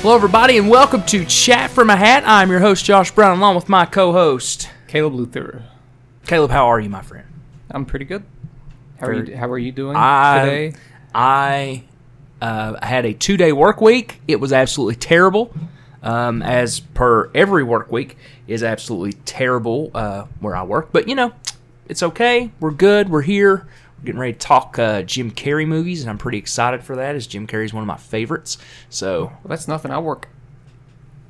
Hello, everybody, and welcome to Chat from a Hat. I'm your host, Josh Brown, along with my co host, Caleb Luther. Caleb. How are you, my friend? I'm pretty good. How are Very- you, how are you doing I- today? I uh, had a two day work week. It was absolutely terrible, um, as per every work week is absolutely terrible uh, where I work. But you know, it's okay. We're good. We're here. We're getting ready to talk uh, Jim Carrey movies, and I'm pretty excited for that. As Jim Carrey's one of my favorites. So Well, that's nothing. I work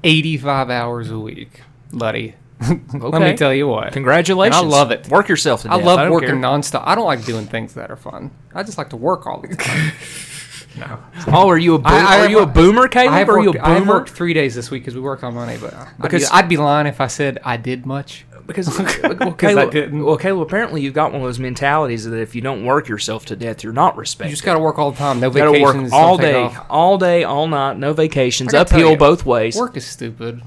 85 hours a week, buddy. Let Okay. me tell you what. congratulations. And I love it. Work yourself to I death. love don't working care. nonstop. I don't like doing things that are fun. I just like to work all the time. no. Oh, are you a boom- I- I are have you a wor- boomer, Caleb? I have, are worked, you a boomer? I have worked three days this week because we worked on Monday, but I'd be- Because- I'd, be, lying if I said I did much. Because well, I Caleb, didn't. well, Caleb, apparently you've got one of those mentalities that if you don't work yourself to death, you're not respected. You just got to work all the time. No You gotta vacations. work don't all take day, off. all day, all night, no vacations, I gotta tell uphill you, both ways. Work is stupid.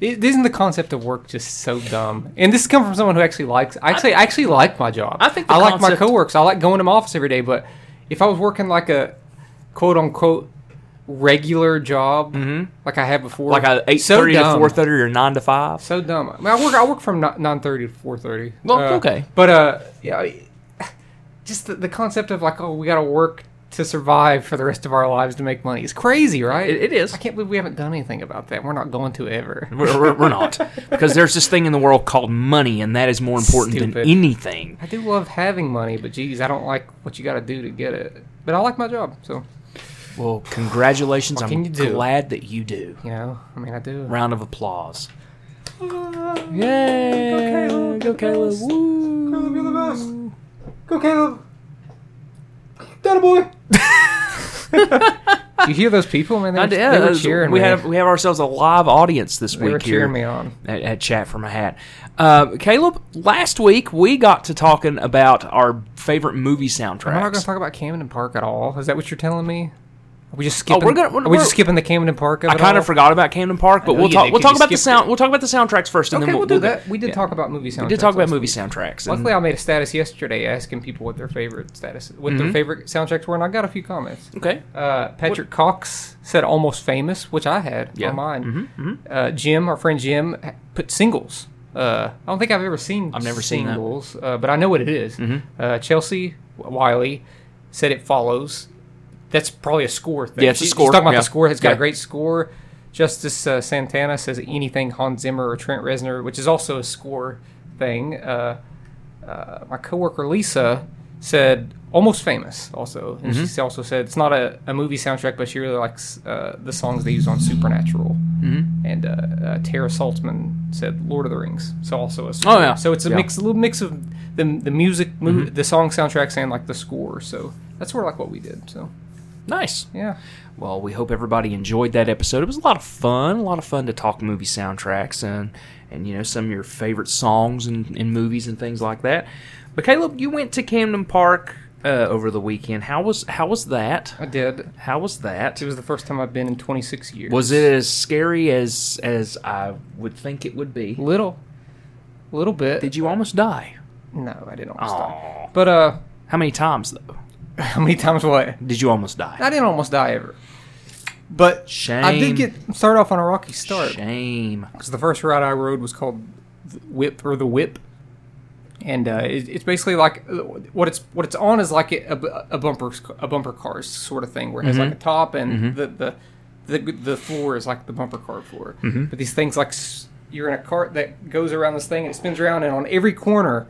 is isn't the concept of work just so dumb? And this comes from someone who actually likes. I Actually, I actually like my job. I think the I like concept- my coworkers. I like going to my office every day. But if I was working like a quote unquote regular job, like I had before, Mm-hmm. Like a eight so thirty to dumb. four thirty or nine to five. So dumb. I, mean, I work. I work from nine thirty to four thirty. Well, okay. But uh, yeah, I- just the, the concept of like, oh, we got to work to survive for the rest of our lives to make money is crazy, right? It- it is. I can't believe we haven't done anything about that. We're not going to ever. We're, we're, we're not because there's this thing in the world called money, and that is more important than Stupid. anything. I do love having money, but geez, I don't like what you got to do to get it. But I like my job, so Well, congratulations! What I'm can you do? glad that you do. you know, I mean, I do. Round of applause. Ah, Yay! Go Caleb, Go the Caleb! best. Woo. you're the best. Go, Caleb. That boy. you hear those people, man? They were, I did. they were cheering we me. have we have ourselves a live audience this they week were here cheering me on. At, at Chat from a Hat. Uh, Caleb, last week we got to talking about our favorite movie We're not going soundtracks. to talk about Camden Park at all. Is that what you're telling me? Are we just skipping? Oh, we're gonna- we're- are we just skipping the Camden Park? Of I it kind all? of forgot about Camden Park, but know we'll you talk. did, We'll 'cause talk you about the skipped sound. We'll talk about the soundtracks first, and Okay, then we'll, we'll, do we'll that. We did talk about movie soundtracks. We did talk about last movie week. soundtracks. and- Luckily, I made a status yesterday asking people what their favorite status, what Mm-hmm. their favorite soundtracks were, and I got a few comments. okay. Uh, Patrick Cox said "Almost Famous," which I had Yeah. Mm-hmm, on mine. Uh, Jim, our friend Jim, ha- put singles. Uh, I don't think I've ever seen. I've never seen that. Mm-hmm. singles, Uh, but I know what it is. Uh, Chelsea Wiley said it follows. That's probably a score thing. Yeah, it's a She- she's score, talking about yeah. the score. It's got Yeah. a great score. Justice uh, Santana says anything Hans Zimmer or Trent Reznor, which is also a score thing. Uh, uh, my coworker Lisa said almost famous also and Mm-hmm. she also said it's not a, a movie soundtrack but she really likes uh, the songs they use on supernatural mm-hmm. and uh, uh, tara saltzman said lord of the rings so also a score. Oh, yeah. so it's a Yeah. Mm-hmm. mix a little mix of the, the music mo- the song soundtracks and like the score so that's sort of like what we did so Nice. yeah Well, we hope everybody enjoyed that episode. It was a lot of fun, a lot of fun to talk movie soundtracks and and you know some of your favorite songs and, and movies and things like that. But Caleb, you went to Camden Park uh, over the weekend. How was how was that? i did How was that? it was the first time i've been in 26 years Was it as scary as as I would think it would be? little little bit Did you almost die? no i didn't almost die Aw. but uh How many times though? how many times what Did you almost die? I didn't almost die ever. But Shame. I did get start off on a rocky start Shame. because the first ride I rode was called the Whip or the Whip, and uh, it, it's basically like uh, what it's what it's on is like a, a bumper a bumper cars sort of thing where it has like a top and the, the the the floor is like the bumper car floor. But these things like s- you're in a cart that goes around this thing and it spins around and on every corner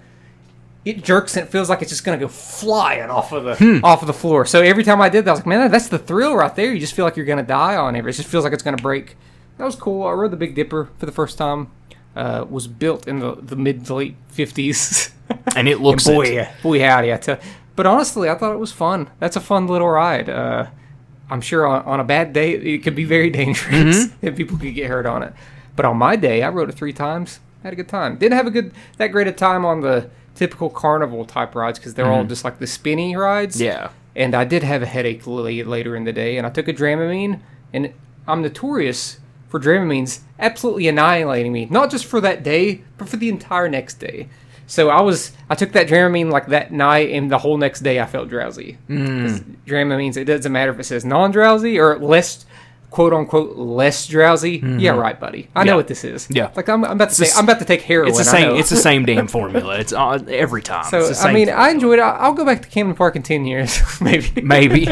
it jerks and it feels like it's just gonna go flying off of the off of the floor. So every time I did that, I was like, man, that's the thrill right there. You just feel like you're gonna die on it. It just feels like it's gonna break. That was cool. I rode the Big Dipper for the first time. Uh, was built in the, the mid to late fifties. And it looks boy, it. boy, howdy! I tell. But honestly, I thought it was fun. That's a fun little ride. Uh, I'm sure on, on a bad day it could be very dangerous Mm-hmm. and people could get hurt on it. But on my day, I rode it three times. Had a good time. Didn't have a good that great a time on the typical carnival type rides because they're all just like the spinny rides. Mm-hmm. Yeah. And I did have a headache l- later in the day, and I took a Dramamine, and I'm notorious for Dramamines absolutely annihilating me, not just for that day, but for the entire next day. So I was, I took that Dramamine like that night, and the whole next day I felt drowsy. Mm. Dramamines, it doesn't matter if it says non-drowsy or less, quote unquote less drowsy. Yeah, right, buddy. Mm-hmm. I Yeah. know what this is. Yeah. like I'm, I'm about to the take, s- I'm about to take heroin. It's the I same. know. It's the same damn formula. It's all, every time. so it's the same I mean, formula. I enjoyed. it. I- I'll go back to Camden Park in ten years, maybe. maybe.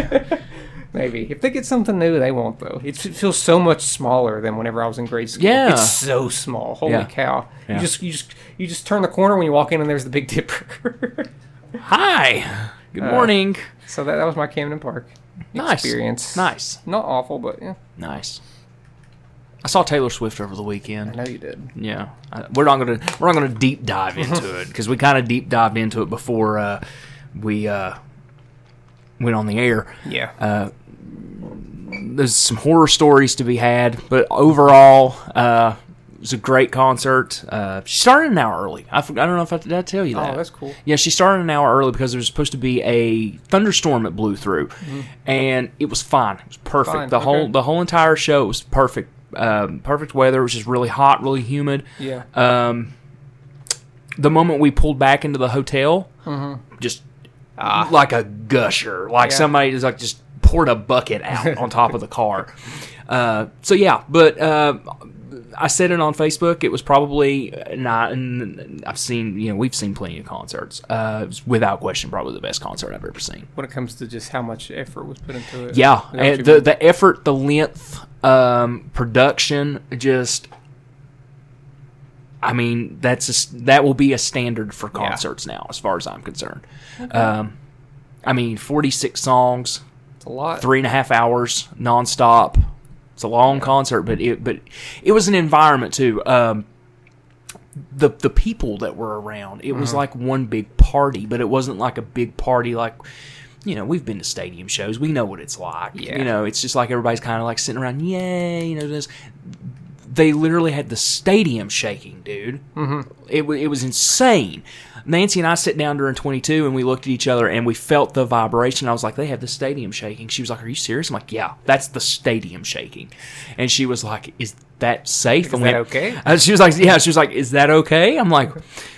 Maybe if they get something new, they won't though. It's, it feels so much smaller than whenever I was in grade school. Yeah. it's so small. Holy Yeah. cow! Yeah. You just you just you just turn the corner when you walk in, and there's the Big Dipper. Hi. Good Uh, morning. so that, that was my Camden Park Nice. experience. Nice. not awful, but yeah, Nice. I saw Taylor Swift over the weekend. I know you did. Yeah, I, we're not gonna we're not gonna deep dive into it because we kind of deep dived into it before uh, we uh, went on the air. Yeah, Uh, There's some horror stories to be had, but overall, uh, it was a great concert. Uh, she started an hour early. I, forg- I don't know if I did I tell you that. Oh, that's cool. Yeah, she started an hour early because there was supposed to be a thunderstorm that blew through, and it was fine. It was perfect. Mm-hmm. Fine, the okay. whole the whole entire show was perfect. Um, perfect weather. It was just really hot, really humid. yeah. Um, the moment we pulled back into the hotel, just ah, like a gusher, like Yeah. somebody just like just poured a bucket out on top of the car. Uh, so yeah, but uh, I said it on Facebook. It was probably not. And I've seen you know we've seen plenty of concerts. Uh, it was without question, probably the best concert I've ever seen. when it comes to just how much effort was put into it. Yeah, Is that what and you the mean? the effort, the length, um, production, just. I mean, that's a s that will be a standard for concerts now, as far as I'm concerned. Um, I mean, 46 songs, it's a lot. three and a half hours nonstop. It's a long concert, but it but it was an environment too. Um, the the people that were around, it was like one big party, but it wasn't like a big party like. You know, we've been to stadium shows. We know what it's like. Yeah. You know, it's just like everybody's kind of like sitting around, yay, you know, this. They literally had the stadium shaking, dude. Mm-hmm. It, wa- it was insane. Nancy and I sit down during 22 and we looked at each other and we felt the vibration. I was like, they have the stadium shaking. She was like, are you serious? I'm like, yeah, that's the stadium shaking. And she was like, is that safe? Is that okay? uh, she was like, "Yeah." She was like, "Is that okay?" I'm like,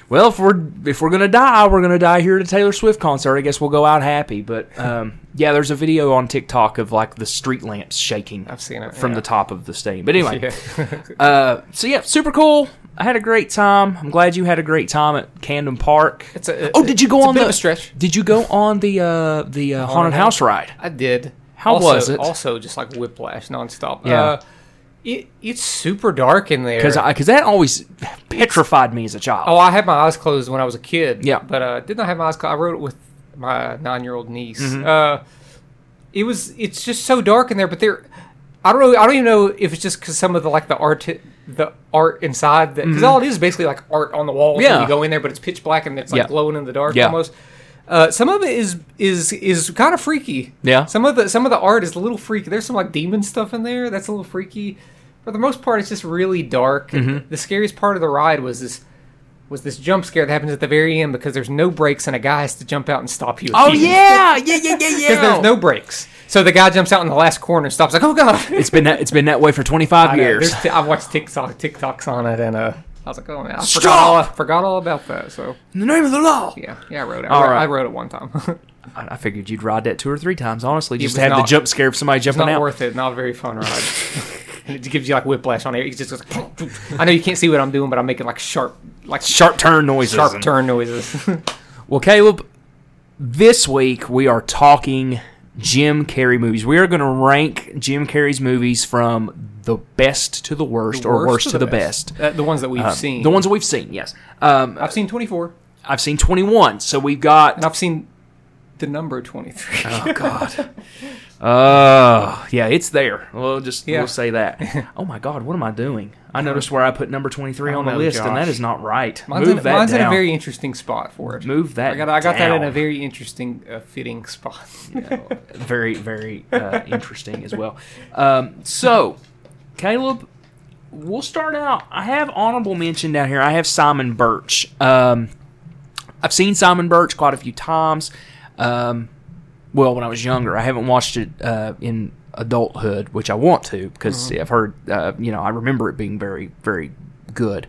"Well, if we're if we're gonna die, we're gonna die here at a Taylor Swift concert. I guess we'll go out happy." But um, yeah, there's a video on TikTok of like the street lamps shaking. I've seen it, from yeah. the top of the stadium. But anyway, Yeah. uh, so yeah, super cool. I had a great time. I'm glad you had a great time at Camden Park. It's a- oh, did you go it's a on bit the of a stretch. Did you go on the uh, the uh, haunted house ride? I did. How Also- was it? Also, just like whiplash nonstop. Yeah. Uh, it it's super dark in there. Because because that always petrified me as a child. oh, I had my eyes closed when I was a kid. Yeah. But uh, did not have my eyes closed. I wrote it with my nine year old niece. Mm-hmm. Uh, it was. It's just so dark in there. But there, I don't know. I don't even know if it's just because some of the like the art. The art inside, because all it is is basically like art on the walls. when Mm-hmm. Yeah. you go in there, but it's pitch black and it's like Yeah. glowing in the dark Yeah. almost. Uh, some of it is is is kind of freaky. Yeah. Some of the some of the art is a little freaky. There's some like demon stuff in there that's a little freaky. For the most part, it's just really dark. Mm-hmm. The scariest part of the ride was this was this jump scare that happens at the very end because there's no brakes and a guy has to jump out and stop you. Oh yeah, yeah, yeah, yeah, yeah. Because there's no brakes, so the guy jumps out in the last corner and stops. Like, oh god! It's been that, it's been that way for 25 I know, years. there's t- I watched TikTok TikToks on it, and uh, I was like, oh man, I Stop! forgot all, I forgot all about that. So In the name of the law. yeah, yeah, I wrote it. All I, wrote- right. I wrote it one time. I I figured you'd ride that two or three times. Honestly, just was to have the not- jump scare of somebody jumping It's not out. worth it. Not a very fun ride. and it gives you like whiplash on it. It just goes. I know you can't see what I'm doing, but I'm making like sharp, like Sharp turn noises. sharp and- turn noises. Well, Caleb, this week we are talking Jim Carrey movies. We are going to rank Jim Carrey's movies from the best to the worst, or worst to, the best. Uh, the ones that we've seen. The ones that we've seen, yes. Um, I've seen 24, I've seen 21, so we've got and I've seen the number 23. Oh God. Uh yeah, it's there. We'll just Yeah. we'll say that. Oh my God, what am I doing? I noticed where I put number twenty three on the know, list, and that Josh. is not right. mine's Move in, that mine's down. in a very interesting spot for it. Move that. I got I got that in a down. very interesting uh, fitting spot. very very uh, interesting as well. Um, so, Caleb, we'll start out. I have honorable mention down here. I have Simon Birch. Um, I've seen Simon Birch quite a few times. Um, well, when I was younger, I haven't watched it uh, in adulthood, which I want to because Mm-hmm. I've heard, uh, you know, I remember it being very, very good.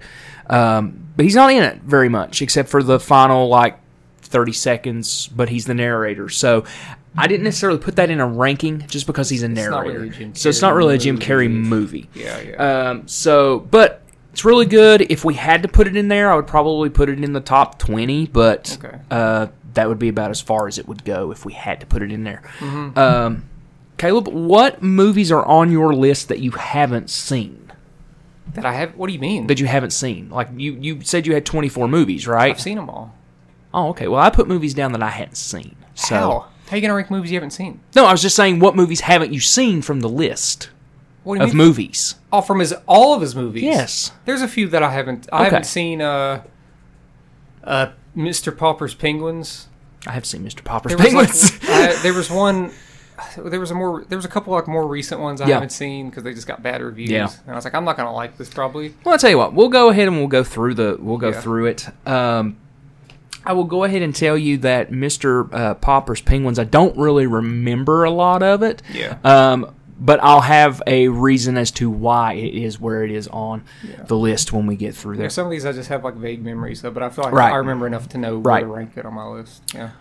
Um, but he's not in it very much except for the final like 30 seconds, but he's the narrator. So I didn't necessarily put that in a ranking just because he's a not narrator. really a Jim so it's not really a Carrey Jim Carrey movie. Mm-hmm. Yeah, yeah. Um, so, but it's really good. If we had to put it in there, I would probably put it in the top 20, but Okay. uh, that would be about as far as it would go if we had to put it in there. Mm-hmm. Um, Caleb, what movies are on your list that you haven't seen? that I have. What do you mean? That you haven't seen? Like you, you said you had 24 movies, right? I've seen them all. Oh, okay. Well, I put movies down that I hadn't seen. So How? How you gonna rank movies you haven't seen? No, I was just saying, what movies haven't you seen from the list What do you of mean? movies? all from his all of his movies. Yes. There's a few that I haven't. I Okay. haven't seen. Uh, uh, Mr. Popper's Penguins. I have seen Mr. Popper's There was, Penguins. like, I- there was one. There was a more. There was a couple like more recent ones I Yeah. haven't seen because they just got bad reviews. Yeah. And I was like, I'm not gonna like this probably. well, I'll tell you what. We'll go ahead and we'll go through the. We'll go Yeah. through it. Um, I will go ahead and tell you that Mr. Uh, Popper's Penguins. I don't really remember a lot of it. Yeah. Um, but I'll have a reason as to why it is where it is on the list when we get through there. There's some of these I just have like vague memories of, but I feel like Right. I remember enough to know Right. where to rank it on my list. Yeah.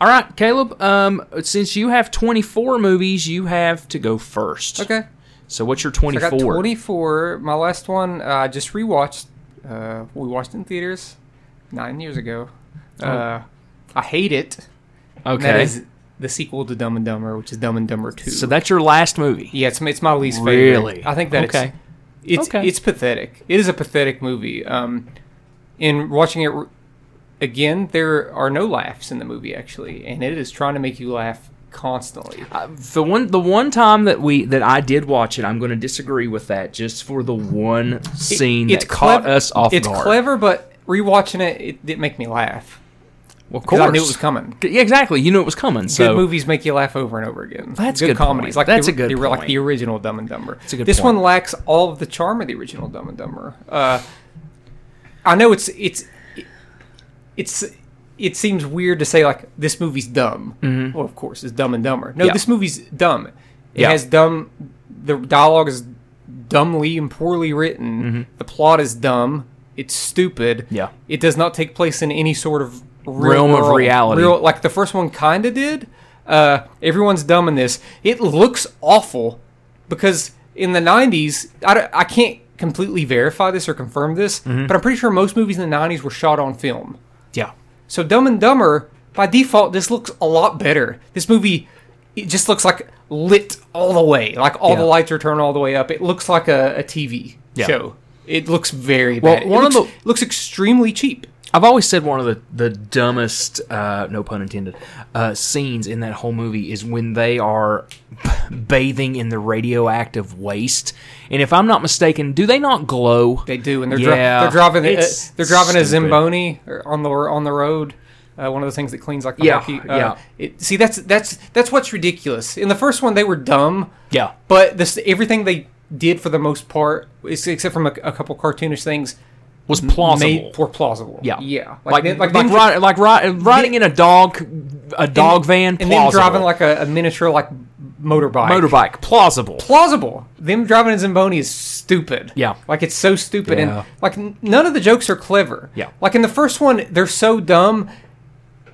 All right, Caleb. Um, since you have 24 movies, you have to go first. Okay. So what's your I 24? got 24. My last one, uh, I just rewatched. Uh, we watched it in theaters nine years ago. Uh, I hate it. Oh. Okay. And That is the sequel to Dumb and Dumber, which is Dumb and Dumber Two. So that's your last movie. yeah, it's, it's my least favorite. Really? I think that it's- Okay. it's Okay. it's pathetic. It is a pathetic movie. Um, in watching it re- again, there are no laughs in the movie actually, and it is trying to make you laugh constantly. Uh, the one the one time that we that I did watch it, I'm going to disagree with that just for the one scene It's that caught clev- us off It's guard. clever, but rewatching it, it didn't make me laugh. Well, of 'Cause course. I knew it was coming. Yeah, exactly. You knew it was coming. So good movies make you laugh over and over again. That's a good good comedies, point. like That's the, a good the- like point. the original Dumb and Dumber. a good this point. one lacks all of the charm of the original Dumb and Dumber. Uh, I know it's it's it's it seems weird to say like this movie's dumb. Well, of course, it's Dumb and Dumber. No, Mm-hmm. Yeah. this movie's dumb. It Yeah. has dumb. The dialogue is dumbly and poorly written. The plot is dumb. It's stupid. Mm-hmm. Yeah. It does not take place in any sort of real Realm of world- reality. real- like the first one kind of did. Uh, everyone's dumb in this. It looks awful because in the 90s, I, don't- I can't completely verify this or confirm this, Mm-hmm. but I'm pretty sure most movies in the 90s were shot on film. yeah. So Dumb and Dumber, by default, this looks a lot better. This movie, it just looks like lit all the way. Like all the Yeah. lights are turned all the way up. It looks like a, a TV Yeah. show. It looks very Well, bad. It one of looks- the- it looks extremely cheap. I've always said one of the the dumbest, uh, no pun intended, uh, scenes in that whole movie is when they are bathing in the radioactive waste. And if I'm not mistaken, do they not glow? They do, and they're dri- Yeah. they're driving uh, It's they're driving a stupid. Zamboni or- on the on the road. Uh, one of the things that cleans like the Yeah, hockey. Uh, yeah. It, see, that's that's that's what's ridiculous. In the first one, they were dumb. Yeah. But this everything they did for the most part, ex- except from a, a couple cartoonish things, Was plausible. made were plausible. Yeah, Yeah. Like then- like like, then- ri- like ri- riding in a dog a dog van, and then plausible. driving like a, a miniature like motorbike. motorbike, plausible. plausible. Them driving in Zamboni is stupid. Yeah. Like it's so stupid Yeah. and like n- none of the jokes are clever. Yeah. Like in the first one, they're so dumb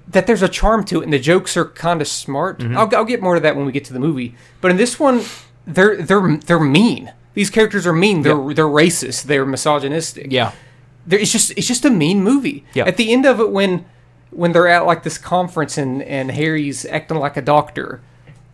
that there's a charm to it and the jokes are kind of smart. Mm-hmm. I'll, I'll get more to that when we get to the movie. But in this one, they're they're they're mean. These characters are mean. They're they're racist. They're misogynistic yeah, there, it's just it's just a mean movie. Yeah. At the end of it, when when they're at like this conference and and Harry's acting like a doctor,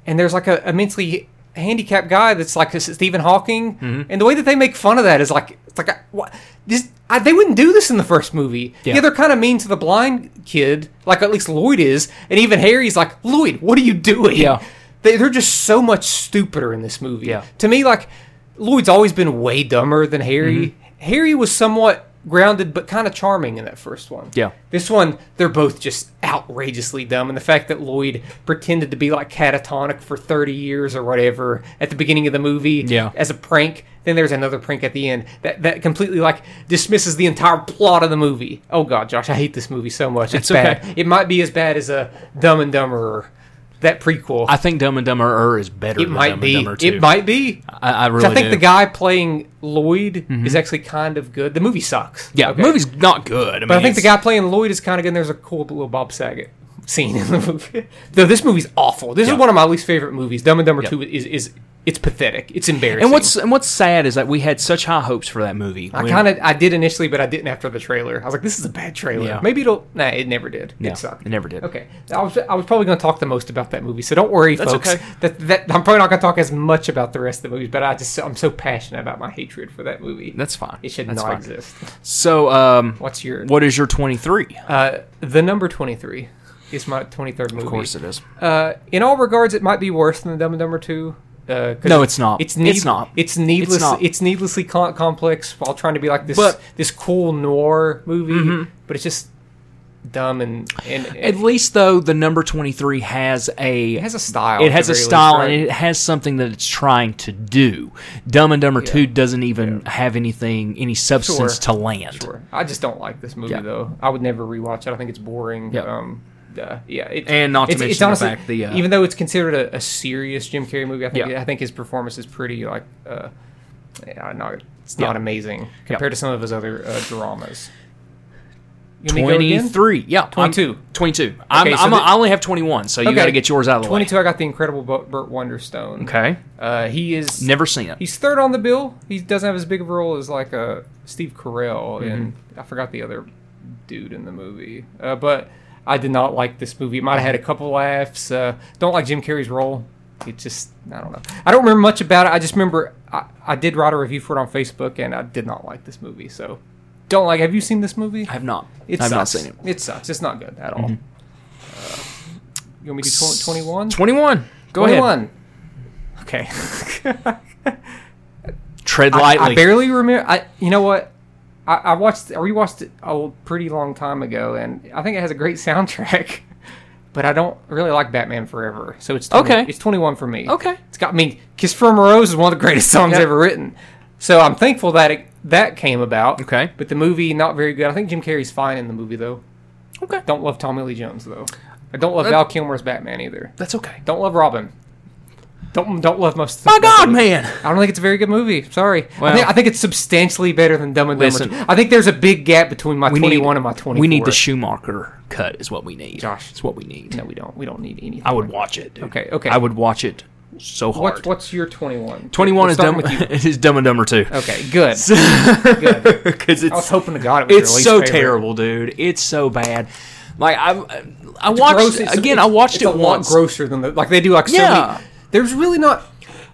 and there's like a immensely handicapped guy that's like this Stephen Hawking, Mm-hmm. and the way that they make fun of that is like it's like uh, what this I, they wouldn't do this in the first movie. Yeah. yeah they're kind of mean to the blind kid, like at least Lloyd is, and even Harry's like Lloyd, what are you doing? Yeah. They, they're just so much stupider in this movie. Yeah. To me, like, Lloyd's always been way dumber than Harry. Mm-hmm. Harry was somewhat grounded but kind of charming in that first one. Yeah. This one, they're both just outrageously dumb. And the fact that Lloyd pretended to be, like, catatonic for 30 years or whatever at the beginning of the movie Yeah. as a prank. Then there's another prank at the end that, that completely like dismisses the entire plot of the movie. Oh god, Josh, I hate this movie so much. It's It's, okay. bad. It might be as bad as a Dumb and Dumber or that prequel. I think Dumb and Dumber is better. it than might Dumb be. And Dumber 2. It might be. I, I really. So I think do. Mm-hmm. the guy playing Lloyd is actually kind of good. The movie sucks. Yeah, Okay. movie's not good. I, mean, But I think the it's- guy playing Lloyd is kind of good. And there's a cool little Bob Saget. scene in the movie. Though this movie's awful. This Yeah. is one of my least favorite movies. Dumb and Dumber Yep. Two is, is it's pathetic. It's embarrassing. And what's and what's sad is that we had such high hopes for that movie. I kind of I did initially, but I didn't after the trailer. I was like, this is a bad trailer. Yeah. Maybe it'll. Nah, it never did. yeah, It sucked. it never did. Okay, I was I was probably going to talk the most about that movie, so don't worry, That's folks. okay. That, that I'm probably not going to talk as much about the rest of the movies, but I just I'm so passionate about my hatred for that movie. That's fine. it should That's not fine. exist. So, um, What's your what is your twenty three? uh, the number twenty three is my twenty third movie. Of course, it is. Uh, in all regards, it might be worse than Dumb and Dumber Two. Uh, 'cause No, it's not. It's, It's need- not. It's needless. It's, It's not. needlessly com- complex while trying to be like this But- Mm-hmm. this cool noir movie, but it's just dumb and and, At and least though, the number twenty three has a it has a style. it at has the a very least, style right? and it has something that it's trying to do. Dumb and Dumber Two doesn't even have anything any substance Sure. to land. Sure. I just don't like this movie Yeah. though. I would never rewatch it. I think it's boring. Yeah. Um, uh, yeah. It, And not to it's, it's mention the honestly, fact the, uh, even though it's considered a, a serious Jim Carrey movie, I think Yeah. I think his performance is pretty like uh, yeah, not it's Yeah. not amazing compared to some of his other uh, dramas. You want me to go Twenty again? three, yeah, 22. twenty two. I'm, Okay, so I'm the- I only have twenty one, so you Okay. got to get yours out of the way. Twenty-two. I got the Incredible Bu- Burt Wonderstone. Okay, Uh, he is never seen it. He's third on the bill. He doesn't have as big of a role as like uh, Steve Carell Mm-hmm. and I forgot the other dude in the movie. Uh, but I did not like this movie. It might have had a couple laughs. Uh, don't like Jim Carrey's role. It just I don't know. I don't remember much about it. I just remember I, I did write a review for it on Facebook and I did not like this movie. So don't like. Have you seen this movie? I have not. It I've not sucks. seen it. Mm-hmm. It sucks. It's not good at all. Uh, you want me to twenty one? Twenty one. Go ahead. Okay. Tread I- lightly. I barely remember. I you know what? I, I watched I rewatched it a l- pretty long time ago, and I think it has a great soundtrack. But I don't really like Batman Forever, so it's 20, Okay. It's twenty one for me. Okay. It's got I mean, "Kiss from a Rose" is one of the greatest songs Yeah. ever written. So I'm thankful that it, that came about. Okay. But the movie not very good. I think Jim Carrey's fine in the movie though. Okay. Don't love Tommy Lee Jones though. I don't love That- Val Kilmer's Batman either. That's okay. Don't love Robin. Don't don't love most. Of the My God, most of it. man. I don't think it's a very good movie. Sorry. I, Well- think, I think it's substantially better than Dumb and Dumber. Listen. two. I think there's a big gap between my 21 and my 24. We need the Schumacher cut. Is what we need. Josh. it's what we need. no, we don't. We don't need anything. I would watch it. Dude. Okay, okay. I would watch it so hard. What's what's your 21? 21 We're is starting dumb. with you. it is Dumb and Dumber too. Okay, good. good. Because I was it's hoping to God it was your it's least so favorite. terrible, dude. It's so bad. Like I, I Gross, watched it's- again. I it's- watched it's it a lot once. grosser than the, like they do. Like so Yeah. many, there's really not.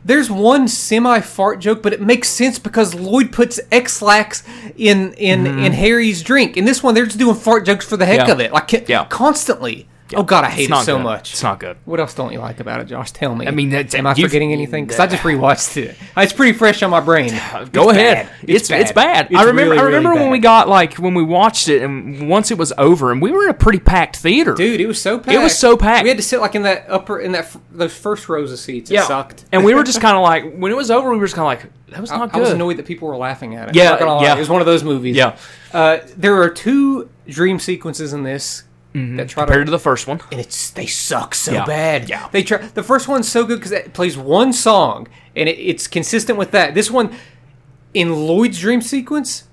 There's one semi fart joke, but it makes sense because Lloyd puts X lax in in in Harry's drink. In this one, they're just doing fart jokes for the heck Mm-hmm. Yeah. of it, like ca- Yeah. constantly. Oh God, I hate It's it not so good. much. It's not good. What else don't you like about it, Josh? Tell me. I mean, that's- am I you've- forgetting anything? Because I just rewatched it. It's pretty fresh on my brain. Go It's ahead. bad. It's it's bad. I It's remember. really, I really remember when bad. we got like when we watched it, and once it was over, and we were in a pretty packed theater, Dude, it was so packed. was so packed. We had to sit like in that upper in that f- those first rows of seats. It sucked. And we were just kind of like, when it was over, we were just kind of like, that was I, not I good. was annoyed that people were laughing at it. Yeah, Not gonna lie. yeah. It was one of those movies. Yeah. Uh, there are two dream sequences in this that try compared to. to Mm-hmm. the first one. And it's they suck so Yeah. bad. Yeah. They try. The first one's so good because it plays one song and it, it's consistent with that. This one, in Lloyd's dream sequence,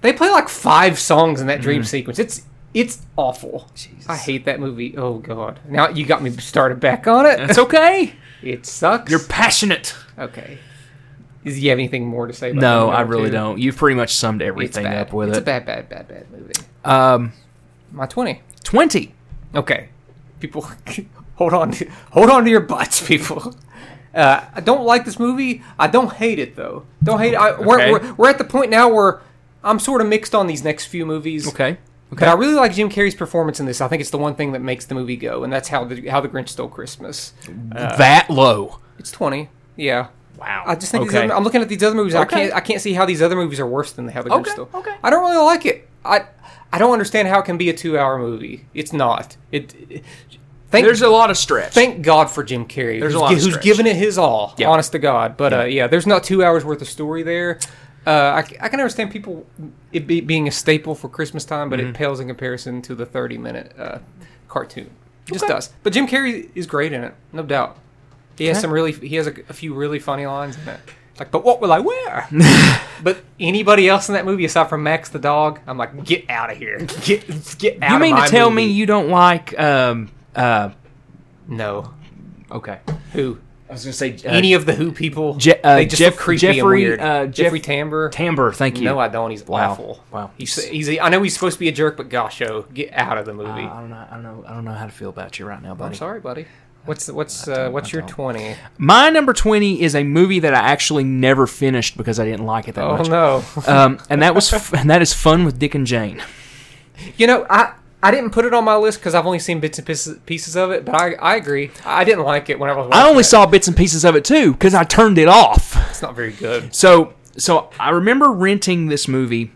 they play like five songs in that Mm. dream sequence. It's it's awful. I hate that movie. Oh god. Now you got me started back on it. It's okay. it sucks. You're passionate. Okay. Does he have anything more to say? No, About Dumb and I Dumber really 2? don't. You've pretty much summed It's everything bad. up with it's it. a bad, bad, bad, bad movie. Um, My twenty. twenty. Okay, people, hold on, to, hold on to your butts, people. Uh, I don't like this movie. I don't hate it though. Don't hate it. I, we're, Okay. we're, we're at the point now where I'm sort of mixed on these next few movies. Okay. But I really like Jim Carrey's performance in this. I think it's the one thing that makes the movie go, and that's how the how the Grinch stole Christmas. that low. It's twenty. Yeah. Wow. I just think these Okay. other, I'm looking at these other movies. Okay. I can't I can't see how these other movies are worse than how the Grinch Okay, Stole. okay. I don't really like it. I I don't understand how it can be a two hour movie. It's not. It. it- thank There's a lot of stretch. thank God for Jim Carrey. There's a who's, lot of who's stretch. giving it his all. Yeah. Honest to God. But uh, yeah, there's not two hours worth of story there. Uh, I, c- I can understand people it be, being a staple for Christmas time, Mm-hmm. but it pales in comparison to the 30 minute uh, cartoon. It just Okay. does. But Jim Carrey is great in it, no doubt. He has some really he has a, a few really funny lines in it. Like, but what will I wear? but anybody else in that movie aside from Max the dog, I'm like, get out of here. Get get out. you of mean my to tell movie. me you don't like um, Uh, No. okay. Who? I was gonna say uh, Any of the Who people? Je- uh, they just Jeff- look creepy and Jeffrey, weird. uh, Jeff- Jeffrey Tambor. Tambor. Thank you. No, I don't. He's Wow. awful. Wow. He's, he's. I know he's supposed to be a jerk, but gosh, oh, get out of the movie. I don't know. I don't know. I don't know how to feel about you right now, I'm buddy. sorry, buddy. What's what's uh, what's your twenty? My number twenty is a movie that I actually never finished because I didn't like it that Oh much. no. Um, and that was f- and that is fun with Dick and Jane. You know, I I didn't put it on my list because I've only seen bits and pieces, pieces of it, but I, I agree. I didn't like it when I was. Watching I only it. saw bits and pieces of it too because I turned it off. It's not very good. So so I remember renting this movie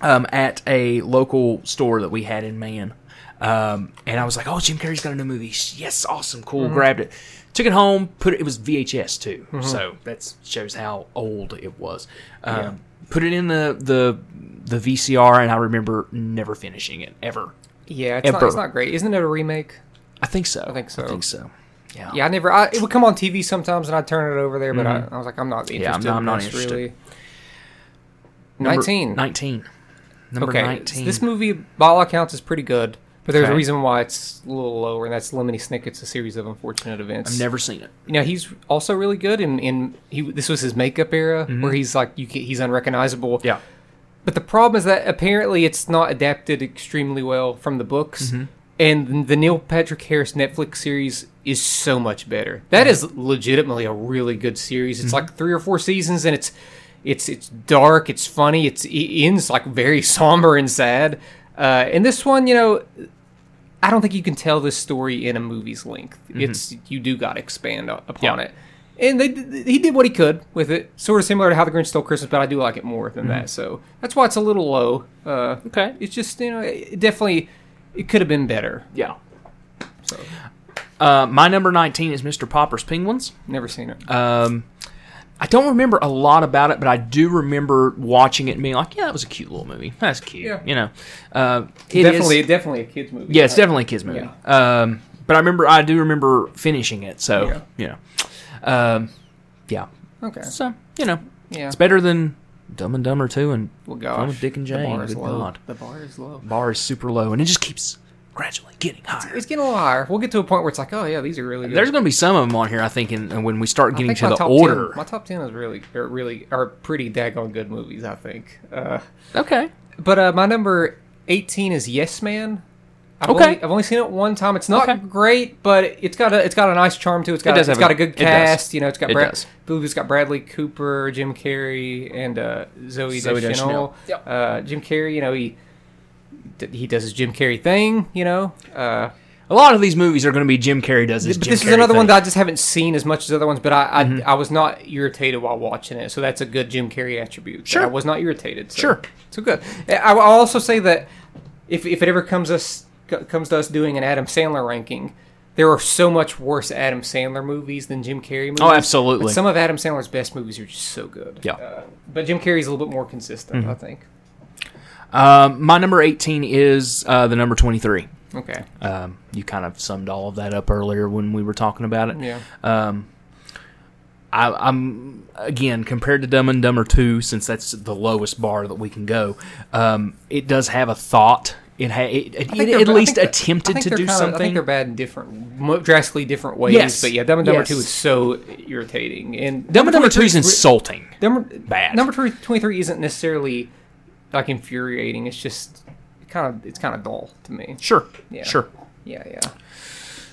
um, at a local store that we had in Man, um, and I was like, "Oh, Jim Carrey's got a new movie! Yes, awesome, cool!" Mm-hmm. Grabbed it, took it home, put it. It was VHS too, so that shows how old it was. Um, Put it in the the the VCR, and I remember never finishing it ever. Yeah, it's not, Emperor. it's not great. Isn't it a remake? I think so. I think so. I think so. Yeah. Yeah, I never. I, it would come on TV sometimes, and I'd turn it over there, but I, I was like, I'm not interested. Mm-hmm. I'm not- I'm in not this, interested. Really. Number- Nineteen. Nineteen. Number okay, nineteen. this movie by all accounts is pretty good, but there's Okay. a reason why it's a little lower, and that's Lemony Snicket's A Series of Unfortunate Events. I've never seen it. you know he's also really good in, in he this was his makeup era Mm-hmm. where he's like you can, he's unrecognizable Yeah. but the problem is that apparently it's not adapted extremely well from the books and the neil patrick harris netflix series is so much better that is legitimately a really good series it's like three or four seasons and it's it's it's dark it's funny it's it ends like very somber and sad uh, and this one you know I don't think you can tell this story in a movie's length. It's you do got to expand o- Mm-hmm. upon Yeah. it, and they, d- he did what he could with it, sort of similar to how the Grinch stole Christmas, but I do like it more than Mm-hmm. that. So that's why it's a little low. Uh, Okay. it's just you know it definitely it could have been better. Yeah. So Uh, my number 19 is Mr. Popper's Penguins. never seen it. Um, I don't remember a lot about it, but I do remember watching it and being like, yeah, that was a cute little movie. That's cute. Yeah. You know, uh, it is- definitely, definitely a kids movie. yeah, it's Uh, definitely a kids movie. Um, but I remember, I do remember finishing it. So, Yeah. you know, um, yeah. okay. So, you know, Yeah. it's better than Dumb and Dumber 2 and Well, gosh, Fun with Dick and the Jane. bar is Good low. God. The bar is low. Bar is super low and it just keeps gradually getting higher. It's getting a little higher. We'll get to a point where it's like, oh yeah, these are really good. There's going to be some of them on here, I think, in, when we start I getting think to my the top order. 10 my top ten is really, are really are pretty daggone good movies. I think. Uh, Okay. But uh, my number eighteen is Yes Man. I've Okay. only, I've only seen it one time. It's not Okay. great, but it's got a it's got a nice charm to it. It's got It does a, it's have got a- a good it does. cast. You know, it's got It Brad, does. believe it's got Bradley Cooper, Jim Carrey, and uh, Zoe, Zooey Deschanel. Deschanel. Yep. Uh, Jim Carrey, you know he d- he does his Jim Carrey thing. You know, uh, A lot of these movies are going to be Jim Carrey Mm-hmm. does this. but this is another one that I just haven't seen as much as other ones. But I I, I was not irritated while watching it, so that's a good Jim Carrey attribute. that Sure. I was not irritated. So. Sure. so good. Eh, I, I'll also say that if if it ever comes us co- comes to us doing an Adam Sandler ranking, there are so much worse Adam Sandler movies than Jim Carrey movies. Oh, absolutely. But some of Adam Sandler's best movies are just so good. Yeah. Mm-hmm. Uh, but Jim Carrey's a little bit more consistent, I think. Um, my number eighteen is uh, the number twenty-three. Okay. Um, you kind of summed all of that up earlier when we were talking about it. Yeah. Um, I, I'm again compared to Dumb and Dumber Two, since that's the lowest bar that we can go. Um, it does have a thought. It ha- it, it, I think it they're- at I least think they're- I attempted think to they're do kinda- I think something. they're bad in different, mo- drastically different ways. Yes. But yeah, Dumb and Dumber Yes. Two is so irritating, and Dumb and Dumber Two is 23 is insulting. re- Number bad. Number three- 23 isn't necessarily like infuriating. It's just kind of it's kind of dull to me. Sure, Yeah. sure. Yeah, yeah.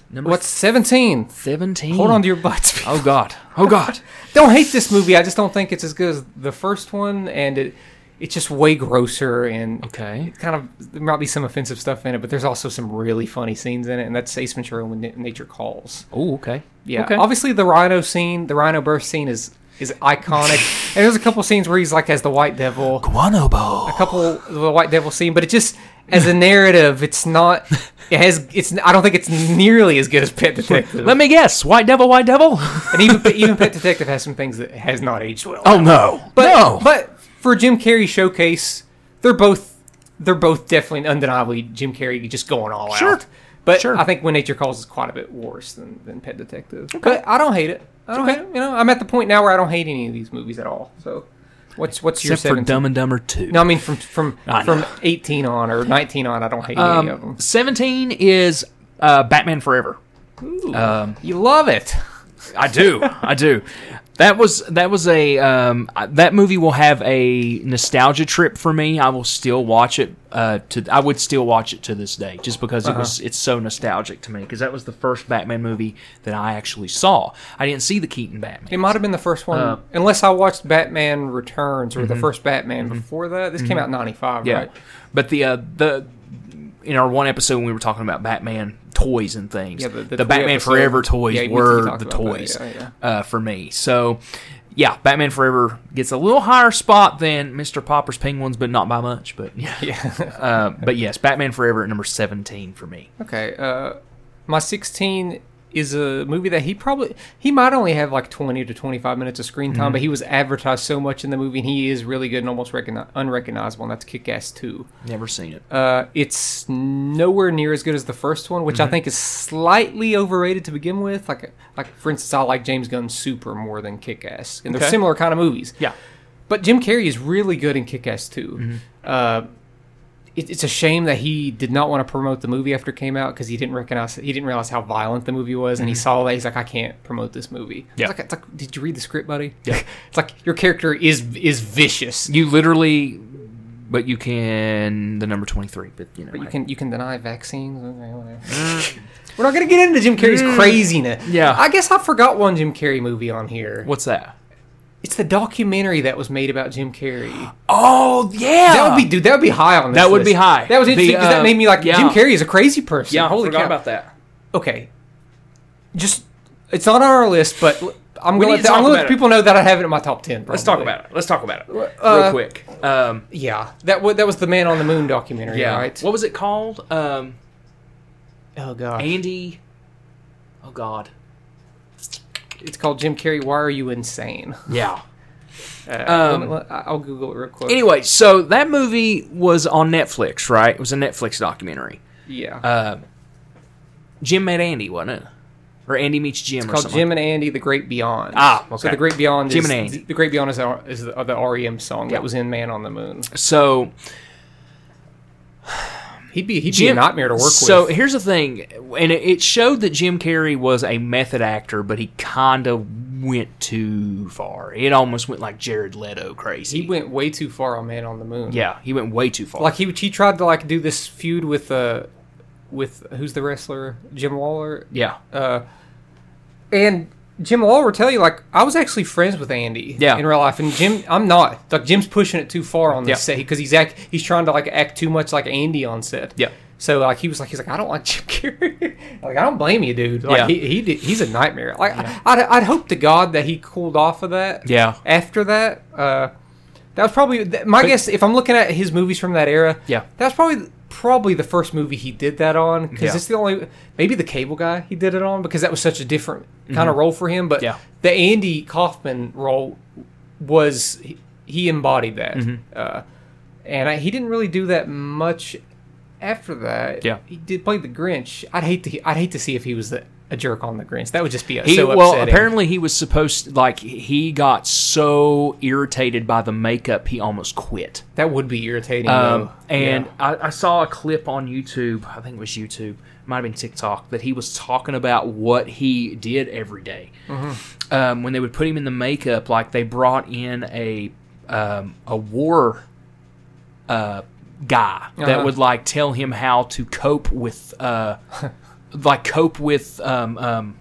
Number What's seventeen? seventeen? Hold on to your butts. people. Oh God! Oh God! Don't hate this movie. I just don't think it's as good as the first one, and it it's just way grosser and Okay. It kind of there might be some offensive stuff in it, but there's also some really funny scenes in it, and that's Ace Ventura when na- nature calls. Oh, okay. Yeah, Okay. obviously the rhino scene, the rhino birth scene is is iconic. and there's a couple scenes where he's like as the White Devil, Guano Bowl. couple the White Devil scene, but it just as a narrative, it's not. It has. It's. I don't think it's nearly as good as Pet Detective. Let me guess. White Devil, White Devil? and even but even Pet Detective has some things that has not aged well. Oh, no. but no. but for Jim Carrey showcase, they're both they're both definitely undeniably Jim Carrey just going all Sure. out. But Sure. I think When Nature Calls is quite a bit worse than, than Pet Detective. But I don't hate it. I don't Okay. hate it. You know, I'm at the point now where I don't hate any of these movies at all. So, what's what's your Except for 17? Dumb and Dumber 2. No, I mean from from I know. from 18 on or 19 on, I don't hate any of um, them. 17 is Uh, Batman Forever. Um, you love it. I do. I do. That was that was a um, I- that movie will have a nostalgia trip for me. I will still watch it. Uh, to I would still watch it to this day, just because Uh-huh. it was it's so nostalgic to me. Because that was the first Batman movie that I actually saw. I didn't see the Keaton Batman. It might have been the first one, Uh, unless I watched Batman Returns or the first Batman before that. This came out in '95, mm-hmm. Yeah. right? But the uh, the in our one episode when we were talking about Batman toys and things, Yeah, the, the- the toy Batman episode. Forever toys Yeah, we- we were talked the about that, toys yeah, yeah. Uh, for me. So yeah, Batman Forever gets a little higher spot than Mr. Popper's Penguins, but not by much. But yeah, Yeah. uh, but yes, Batman Forever at number seventeen for me. okay. Uh, my 16 is a movie that he probably he might only have like 20 to 25 minutes of screen time, but he was advertised so much in the movie, and he is really good and almost recogni- unrecognizable. And that's Kick-Ass 2. Never seen it. Uh, it's nowhere near as good as the first one, which I think is slightly overrated to begin with. Like, like for instance, I like James Gunn's Super more than Kick Ass, and they're Okay. similar kind of movies. Yeah. but Jim Carrey is really good in Kick Ass too. Mm-hmm. Uh, it, it's a shame that he did not want to promote the movie after it came out because he didn't recognize he didn't realize how violent the movie was, and he saw that he's like, I can't promote this movie. Mm-hmm. Yeah. It's like, it's like, did you read the script, buddy? Yeah, it's like your character is is vicious. You literally, but you can the number twenty three. But you know, But you I- can you can deny vaccines. Okay, whatever. We're not gonna get into Jim Carrey's craziness. Mm. Yeah. I guess I forgot one Jim Carrey movie on here. What's that? It's the documentary that was made about Jim Carrey. Oh yeah, That would be dude. That would be high on this. That would be list. high. That was The, interesting because uh, that made me like yeah. Jim Carrey is a crazy person. yeah. Holy Forgot cow about that. Okay. Just it's not on our list, but l- I'm We gonna need let, to the, talk I'm gonna let about it. people know that I have it in my top ten. Let's talk probably. about it. Let's talk about it real Uh, quick. Um, Yeah, that wa that was the Man on the Moon documentary, yeah. right? What was it called? Um, Oh god, Andy. Oh God. it's called Jim Carrey. Why are you insane? Yeah. Uh, let me- let- I'll Google it real quick. um, Anyway, so that movie was on Netflix, right? It was a Netflix documentary. yeah, Uh, Jim met Andy, wasn't it? Or Andy meets Jim, or called something. Jim and Andy: The Great Beyond. Ah, okay. So The Great Beyond. Jim is, and Andy. The Great Beyond is, our, is the, uh, the REM song Yeah. that was in Man on the Moon. So He'd be he'd be a Jim- nightmare to work so with. here's the thing, and it, it showed that Jim Carrey was a method actor, but he kind of went too far. It almost went like Jared Leto crazy. He went way too far on Man on the Moon. yeah, he went way too far. like he he tried to like do this feud with uh with who's the wrestler Jim Waller yeah, uh and Jim Waller will tell you like I was actually friends with Andy Yeah. in real life and Jim I'm not like Jim's pushing it too far on the Yeah. set because he's act he's trying to like act too much like Andy on set Yeah. so like he was like he's like I don't like Jim Carrey like I don't blame you dude like Yeah. he, he did, he's a nightmare like I, would I'd hope to God that he cooled off of that Yeah. after that uh that was probably th- my guess. If I'm looking at his movies from that era, Yeah. that's probably probably the first movie he did that on because Yeah. it's the only maybe the Cable Guy he did it on because that was such a different kind of role for him. But Mm-hmm. Yeah. the Andy Kaufman role was he- he embodied that, Mm-hmm. uh, and I, he didn't really do that much after that. Yeah. he did play the Grinch. I'd hate to I'd hate to see if he was the, a jerk on the Grinch. That would just be uh, He, so upsetting. well, apparently he was supposed like he got so irritated by the makeup he almost quit. that would be irritating. Um, though. and Yeah. I, I saw a clip on YouTube. I think it was YouTube, might have been TikTok, that he was talking about what he did every day. Mm-hmm. Um, when they would put him in the makeup, like they brought in a um, a war uh, guy that Uh-huh. would like tell him how to cope with uh, like cope with um, um,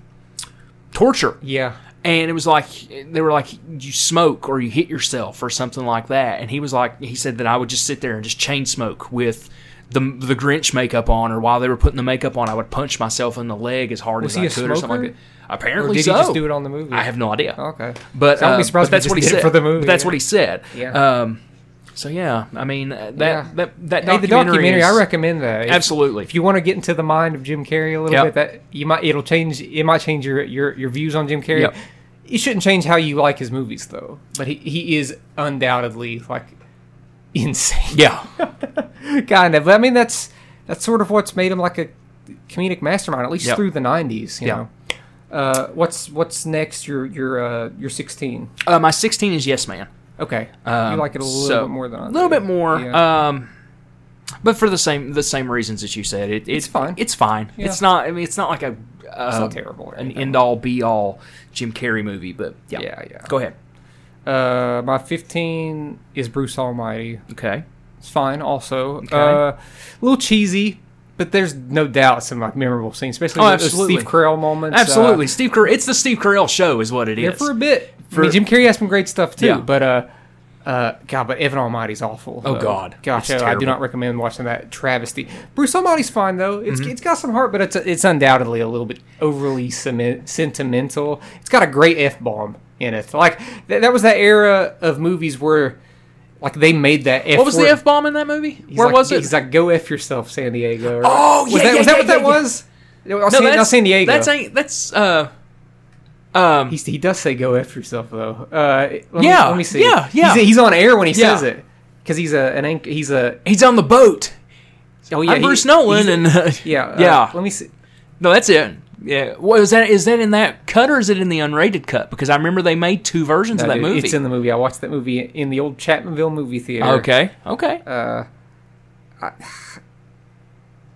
torture yeah. and it was like they were like you smoke or you hit yourself or something like that and he was like he said that i would just sit there and just chain smoke with the, the grinch makeup on or while they were putting the makeup on i would punch myself in the leg as hard Was as he i a could or something like smoker? that Or apparently did he so just do it on the movie? i have no idea Okay. but, So I wouldn't uh, be surprised but that's if he what he just did said it for the But movie, that's yeah. what he said. Yeah. Um, so yeah, I mean uh, that Yeah. that that Hey, the documentary, is- I recommend that. If- Absolutely. If you want to get into the mind of Jim Carrey a little Yep. bit, that you might it'll change it might change your your, your views on Jim Carrey. Yep. It shouldn't change how you like his movies though. But he, he is undoubtedly like insane. Yeah, kind of. But I mean that's that's sort of what's made him like a comedic mastermind, at least Yep. through the nineties, you Yeah. know. Uh, what's what's next? Your your uh, your sixteen. uh, my sixteen is yes man. Okay, Um, you like it a little so- bit more than I A little do. bit more. Yeah. Um, But for the same the same reasons that you said, it, It's fine. It's fine. Yeah. It's not. I mean, it's not like a uh, not terrible or an anything. end all be all Jim Carrey movie. But yeah, Yeah, yeah. Go ahead. Uh, my 15 is Bruce Almighty. Okay. It's fine, also. Uh, a little cheesy, but there's no doubt some like memorable scenes, especially Oh, those absolutely. Steve Carell moments. Absolutely, Steve Carell. It's the Steve Carell show, is what it Uh, yeah, is. for a bit. For- I mean, Jim Carrey has some great stuff too, Yeah. but uh, uh, God, but Evan Almighty's awful. Oh, though. God. It's gosh, uh, I do terrible. not recommend watching that travesty. Bruce Almighty's fine though. It's Mm-hmm. it's got some heart, but it's it's undoubtedly a little bit overly semi- sentimental. It's got a great f bomb in it. Like th- that was that era of movies where. Like they made that. F what was the word- f bomb in that movie? He's Where like- was it? He's like, go f yourself, San Diego. or- Oh, was yeah, that, yeah, was that yeah, what that yeah, yeah. was? No, San, not San Diego. That's ain't that's uh um He's, he does say go f yourself though. Uh, let me- Yeah, let me see. yeah, yeah. He's, he's on air when he Yeah. says it because he's a an anch- he's a he's on the boat. oh yeah I'm he- Bruce Nolan he's a- and uh, yeah uh, yeah. Let me see. no, that's it. Yeah, what is that? Is that in that cut or is it in the unrated cut? Because I remember they made two versions of No, that dude, movie. It's in the movie. I watched that movie in the old Chapmanville movie theater. okay, okay. Uh,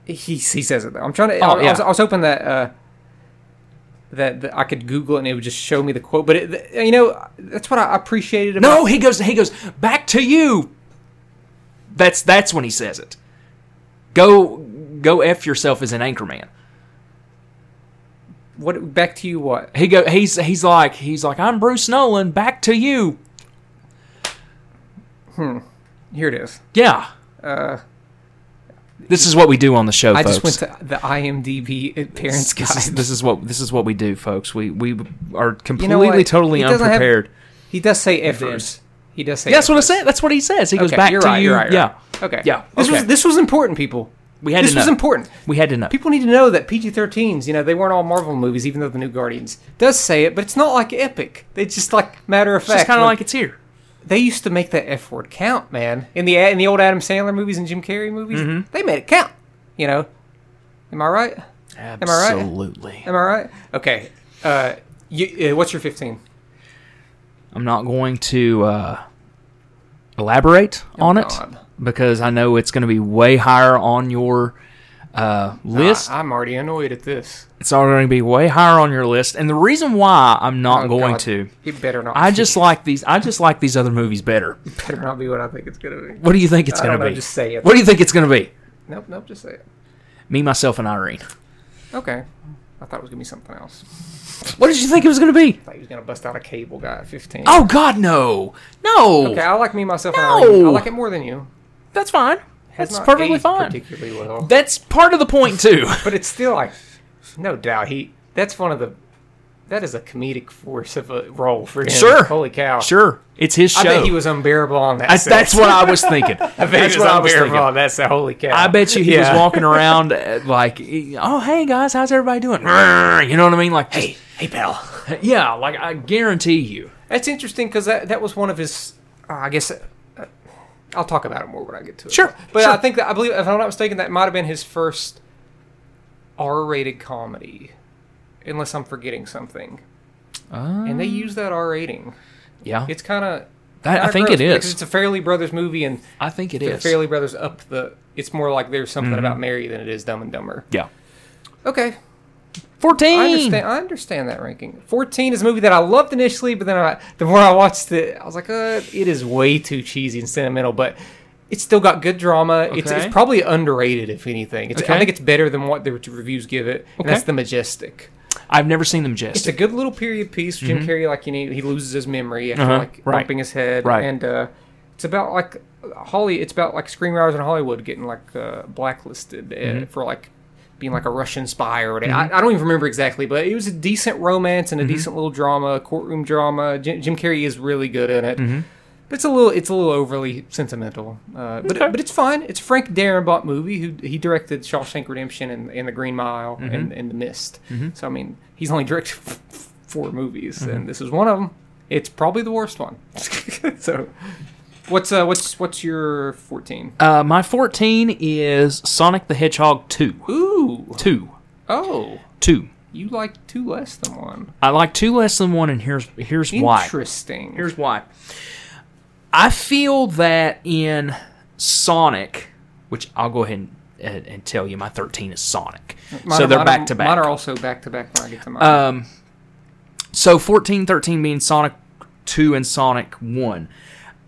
he he says it though. I'm trying to. Oh, I, yeah. I, was, I was hoping that uh, that that I could Google it and it would just show me the quote. But it, you know that's what I appreciated. about no, he goes. He goes back to you. That's that's when he says it. Go go f yourself as an anchorman. What back to you? What? He go. He's he's like he's like I'm Bruce Nolan. Back to you. Here it is. Yeah. this is what we do on the show. Uh, I folks. just went to the IMDb parents guide. This is, this is what this is what we do, folks. We we are You completely know what? totally He doesn't have- unprepared. he does say effers. He does say. That's what I said. That's what he says. He goes Okay, back you're to right, you. you're right, you're yeah. right. Okay. Yeah. This Okay. was this was important, people. We had this to was know. important. We had to know. People need to know that PG-13s, you know, they weren't all Marvel movies, even though the new Guardians does say it, but it's not like epic. It's just like matter of it's fact. kind of when- like it's here. they used to make that F word count, man. In the in the old Adam Sandler movies and Jim Carrey movies, Mm-hmm. they made it count. You know, am I right? I right? Absolutely. Am I right? Okay. Uh, you, uh what's your fifteen? I'm not going to uh, elaborate on it God. because I know it's going to be way higher on your uh, list. I, am Ah, already annoyed at this. it's already going to be way higher on your list, and the reason why I'm not Oh, going God. to. It better not. I just like these. I just like these other movies better. it better not be what I think it's gonna be. What do you think it's I going don't to know, be? just say it. What do you think it's going to be? Nope, nope. Just say it. Me, myself, and Irene. Okay. I thought it was gonna be something else. What did you think it was going to be? I thought he was gonna bust out a cable guy at fifteen. Oh God, no, no. Okay, I like me myself. No! And Irene. I like it more than you. That's fine. Has That's not perfectly aged fine. Particularly well. That's part of the point too. but it's still like no doubt he that's one of the that is a comedic force of a role for him. Sure. Holy cow. sure, it's his show. I bet he was unbearable on that. I- set. that's what I was thinking. I bet that's he was what I was unbearable thinking. on that set. Holy cow. I bet you he Yeah. was walking around uh, like, oh hey guys, how's everybody doing? You know what I mean? Like, hey, Hey pal. yeah, like I guarantee you. That's interesting because that that was one of his. Uh, I guess. Uh, I'll talk about it more when I get to it. Sure, but sure. I think that I believe, if I'm not mistaken, that might have been his first R-rated comedy, unless I'm forgetting something. and they use that R rating. Uh, Yeah, It's kind of. That- I think it is. It's a Fairly Brothers movie, and I think it the is. Mm-hmm. Fairly Brothers up the. It's more like there's something about Mary than it is Dumb and Dumber. yeah, Okay, fourteen. I understand. I understand that ranking. Fourteen is a movie that I loved initially, but then I, the more I watched it, I was like, uh, it is way too cheesy and sentimental. But it's still got good drama. It's, Okay. it's probably underrated, if anything. It's, Okay. I think it's better than what the reviews give it. And that's Okay. the majestic. I've never seen them It's a majestic. good little period piece. Jim Carrey, like you know, he loses his memory after Mm-hmm. Uh-huh. like Right. bumping his head, Right. and uh, it's about like Holly. It's about like screenwriters in Hollywood getting like uh, blacklisted uh, Mm-hmm. for like being like a Russian spy or whatever. I, I don't even remember exactly, but it was a decent romance Mm-hmm. and a decent little drama, courtroom drama. Jim, Jim Carrey is really good in it. Mm-hmm. But it's a little, it's a little overly sentimental, uh, but Okay. but it's fine. It's Frank Darabont movie. Who he directed Shawshank Redemption and, and The Green Mile Mm-hmm. and, and The Mist. So I mean, he's only directed f- f- four movies, Mm-hmm. and this is one of them. It's probably the worst one. so, what's uh, what's what's your fourteen? uh, my fourteen is Sonic the Hedgehog two. Ooh, Two. oh, Two. you like two less than one. I like two less than one, and here's here's why. Interesting. Here's why. I feel that in Sonic, which I'll go ahead and, and, and tell you my 13 is Sonic. Mine so are- they're mine are- back to back. Mine are also back to back when I get to mine. Um, so 14, 13 being Sonic 2 and Sonic 1.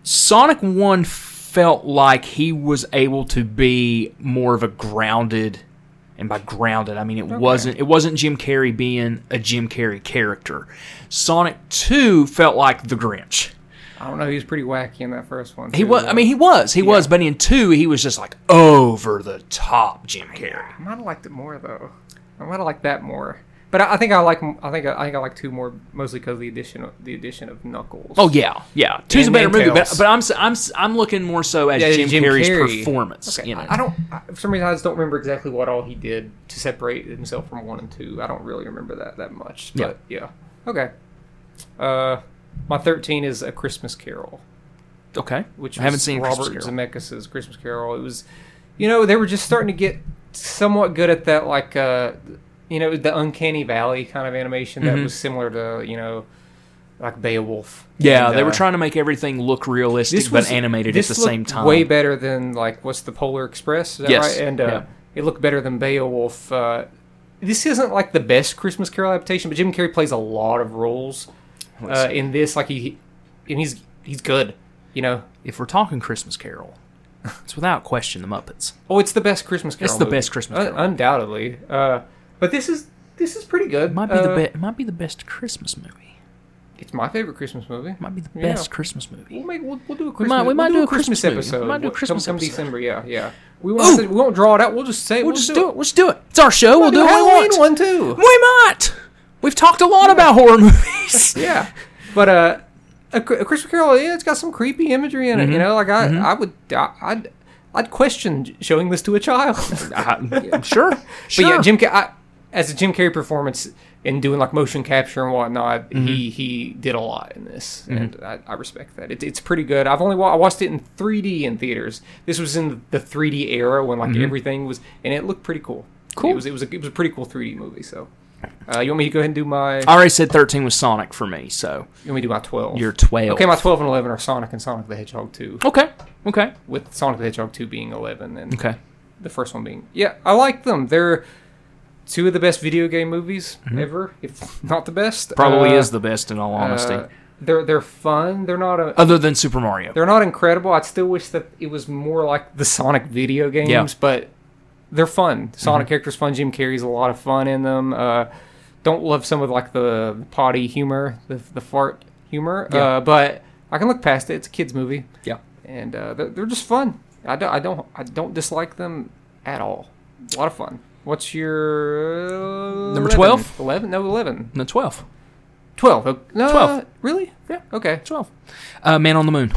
Sonic 1 felt like he was able to be more of a grounded and by grounded I mean it wasn't it wasn't Jim Carrey being a Jim Carrey character. Sonic 2 felt like the Grinch. I don't know. He was pretty wacky in that first one. He was I mean he was he was but in 2 he was just like over the top Jim Oh, Carrey. I might have liked it more though. I might have liked that more. But I, I think I like. I think I, think I like two more mostly because the addition of the addition of Knuckles. Oh yeah, yeah. Two's a And better then movie, but, Tails. but I'm s- I'm s- I'm looking more so as Yeah, Jim, Jim Carrey's Carrey. performance. Okay, you know. I, I don't. I, for some reason, I just don't remember exactly what all he did to separate himself from one and two. I don't really remember that that much. Yeah. But yeah. Okay. Uh, my thirteen is a Christmas Carol, okay, which I haven't was seen Robert Christmas Carol. Zemeckis's Christmas Carol. It was, you know, they were just starting to get somewhat good at that, like uh, you know, the uncanny valley kind of animation Mm-hmm. that was similar to you know, like Beowulf. yeah, And, they were uh, trying to make everything look realistic but animated at this the looked same time. Way better than like what's the Polar Express? Is that Yes, right? And uh, yeah. it looked better than Beowulf. Uh, this isn't like the best Christmas Carol adaptation, but Jim Carrey plays a lot of roles uh, in this. Like he, and he's he's good. You know, if we're talking Christmas Carol, it's without question the Muppets. oh, it's the best Christmas Carol. It's the movie. best Christmas Un- Carol. undoubtedly. Uh, but this is this is pretty good. It might be the Uh, be- it might be the best Christmas movie. It's my favorite Christmas movie. It might be the Yeah. best Christmas movie. We'll make we'll, we'll do a Christmas. might- we we'll might do, do a a Christmas, Christmas movie. We episode. might do a Come- Christmas come, episode. December. Yeah, yeah. We won't. Ooh. say- we won't draw it out. We'll just say We'll just do it. Let's do it. It's our show. We'll do do it. Halloween We one want. too. We might. We've talked a lot about horror movies. Yeah, but uh, a, Cri- a Christmas Carol, yeah, it's got some creepy imagery in it. Mm-hmm. You know, like I, I would, I, I'd, I'd question showing this to a child. I- sure, sure. But yeah, Jim, Ca- I, as a Jim Carrey performance and doing like motion capture and whatnot, Mm-hmm. he he did a lot in this, and I, I respect that. It, it's pretty good. I've only wa- I watched it in 3D in theaters. This was in the 3D era when like everything was, and it looked pretty cool. Mm-hmm. Cool. It was it was a, it was a pretty cool 3D movie. So, uh, you want me to go ahead and do my? I already said thirteen was Sonic for me, so You want me to do my 12? you're twelve. Okay, my 12 and 11 are Sonic and Sonic the Hedgehog 2, okay, okay, with Sonic the Hedgehog 2 being 11 and okay. the first one being. Yeah, I like them. They're two of the best video game movies ever, if not the best. Mm-hmm. Probably Uh, is the best in all honesty. uh, they're they're fun. They're not a, Other than Super Mario. they're not incredible. I'd still wish that it was more like the Sonic video games, Yeah. Mm-hmm. but they're fun. Sonic characters fun. Jim Carrey's a lot of fun in them. Uh, don't love some of like the potty humor, the the fart humor, Yeah. uh, but I can look past it. It's a kids movie, Yeah. and uh, they're, they're just fun. I don't, I don't I don't dislike them at all. A lot of fun. What's your uh, Number 11? 12? Eleven? No, eleven. No, 12. Twelve. Oh, No, 12. Really? Yeah. Okay. 12. Uh, Man on the Moon.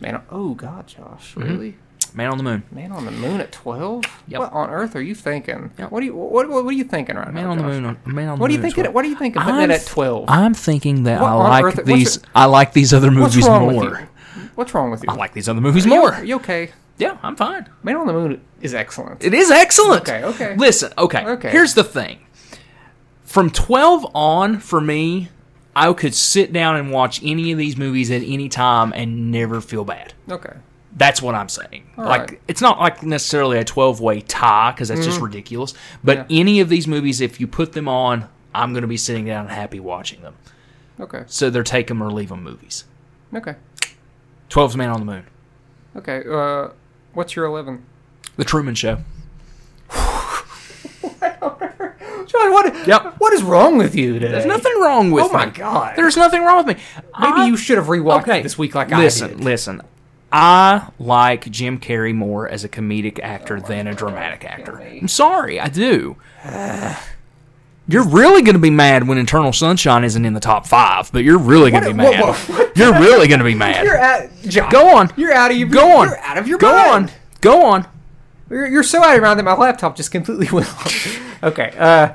Man. Oh God, Josh. Really? Man on the Moon. Man on the moon at twelve? Mm-hmm. Yep. What on earth are you thinking? Yep. What are you what, what, what are you thinking right Man now? on the Josh? Moon. on- Man on the Oh, What are you Moon is thinking? what- What are you thinking? Putting that I'm at th- twelve. I'm thinking that What I on like earth- what's these. your- I like these other What's movies wrong more. with you? What's wrong with you? I like these other movies Are you- more. Are you okay? Yeah, I'm fine. Man on the moon is excellent. It is excellent. Okay, okay. Listen, okay. Okay. Here's the thing. From 12 on, for me, I could sit down and watch any of these movies at any time and never feel bad. Okay. That's what I'm saying. like right. Mm-hmm. it's not like necessarily a 12 way tie because that's just ridiculous. But any of these movies, if you put them on, I'm going to be sitting down and happy watching them. Okay. So they're take 'em or leave 'em movies. Okay. 12's Man on the Moon, Okay. Uh what's your eleven? The Truman Show. John, what Yep. what is wrong with you today? There's nothing wrong with Oh my me. God. There's nothing wrong with me. Maybe I- you should have rewatched okay. this week like listen, I did. listen. I like Jim Carrey more as a comedic actor than a dramatic actor. I'm sorry, I do. You're really going to be mad when Internal Sunshine isn't in the top five, but you're really going to be What- mad. whoa, whoa. You're really going to be mad. You're at Josh, go on. You're out of your go on. You're out of your Go on. mind. Go on. You're, you're so out of your mind that my laptop just completely went off. okay. Uh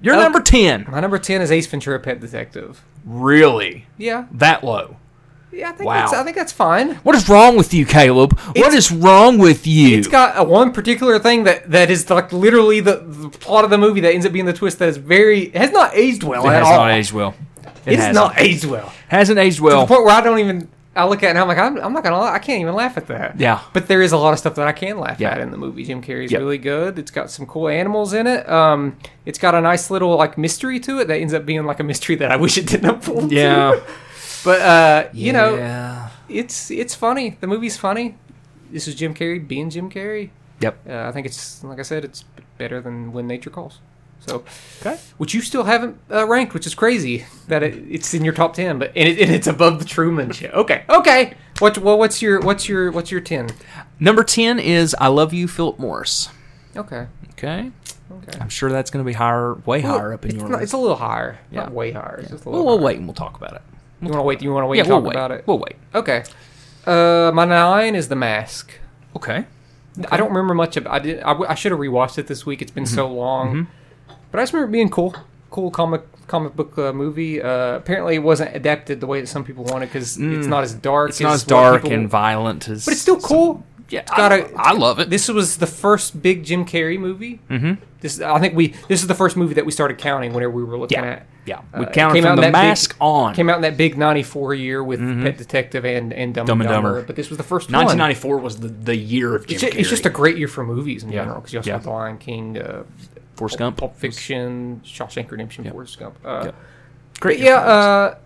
You're Okay. number 10. my number ten is Ace Ventura Pet Detective. Really? Yeah. That low? Yeah, I think Wow. that's I think that's fine. What is wrong with you, Caleb? what is wrong with you? It's got a one particular thing that that is like literally the, the plot of the movie that ends up being the twist that is very it has not aged well it at has all. not aged well. It it's hasn't. not aged well. Hasn't aged To the well. point where I don't even I look at it and I'm like, I'm, I'm not gonna, lie, I can't even laugh at that. Yeah. But there is a lot of stuff that I can laugh Yeah. at in the movie. Jim Carrey's Yep. really good. It's got some cool animals in it. Um, it's got a nice little like mystery to it that ends up being like a mystery that I wish it didn't unfold. to. Yeah. But uh, you know, Yeah. it's it's funny. The movie's funny. This is Jim Carrey being Jim Carrey. Yep. Uh, I think it's like I said, it's better than When Nature Calls. So, Okay. which you still haven't uh, ranked, which is crazy that it, it's in your top ten, but and, it, and it's above the Truman Show. Okay, okay. What well, what's your what's your what's your ten? Number 10 is I Love You, Philip Morris. Okay, Okay. okay. I'm sure that's going to be higher, way higher up in it's, your not, list. it's a little higher, Yeah. not way higher. It's just a We'll, little. we'll higher. wait and we'll talk about it. You want to wait? You want to wait? yeah, and talk we'll wait. about it. We'll wait. Okay. Uh, my nine is the mask. Okay. I don't remember much of. I did. I, w- I should have rewatched it this week. It's been Mm-hmm. so long, but I just remember it being cool. Cool comic comic book uh, movie. Uh, apparently, it wasn't adapted the way that some people wanted because it's not as dark. Mm. It's not as what dark people- and violent as. but it's still cool. Yeah, it's got I- a- I love it. This was the first big Jim Carrey movie. Mm-hmm. This I think we. This is the first movie that we started counting whenever we were looking Yeah. at. Yeah. Uh, We it counted came out from in the that big- mask on. Mm-hmm. Came out in that big '94 year with Pet Detective and and Dumb, Dumb and and Dumber. Dumber. But this was the first one. 1994 was the, the year of Jim It's ju- it's just a great year for movies in Yeah. general because you also Yeah. have The Lion King, uh, Forrest Gump. Pulp Fiction, Shawshank Redemption, Yep. Forrest Gump. Uh, Yep. But Great. yeah, uh,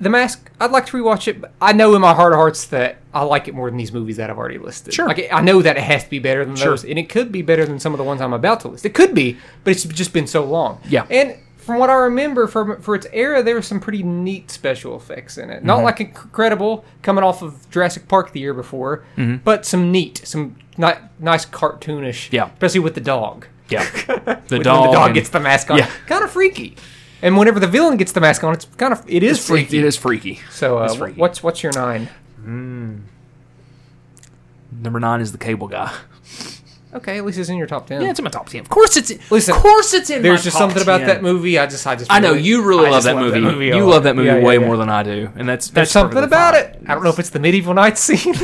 The Mask. I'd like to rewatch it. But I know in my heart of hearts that I like it more than these movies that I've already listed. Sure. Like I know that it has to be better than those, and it could be better than some of the ones I'm about to list. It could be, but it's just been so long. Yeah. And from what I remember from for its era, there were some pretty neat special effects in it. Not Mm-hmm. like incredible coming off of Jurassic Park the year before, Mm-hmm. but some neat, some ni- nice cartoonish. Yeah. Especially with the dog yeah. The when dog. the dog and- gets the mask on. Yeah. Kind of freaky. And whenever the villain gets the mask on, it's kind of it is It's freaky. freaky. It is freaky. So uh, It's wh- freaky. what's what's your nine? Number nine is the cable guy. Okay, at least it's in your top ten. Yeah, it's in my top ten. Of course it's. Listen, of course it's in. There's my just top something about 10. that movie. I just I just I know you really I love just that love movie. that movie a you lot. love that movie Yeah, yeah, way yeah. more than I do, and that's There's that's something perfectly about fine. it. I don't know if it's the medieval night scene.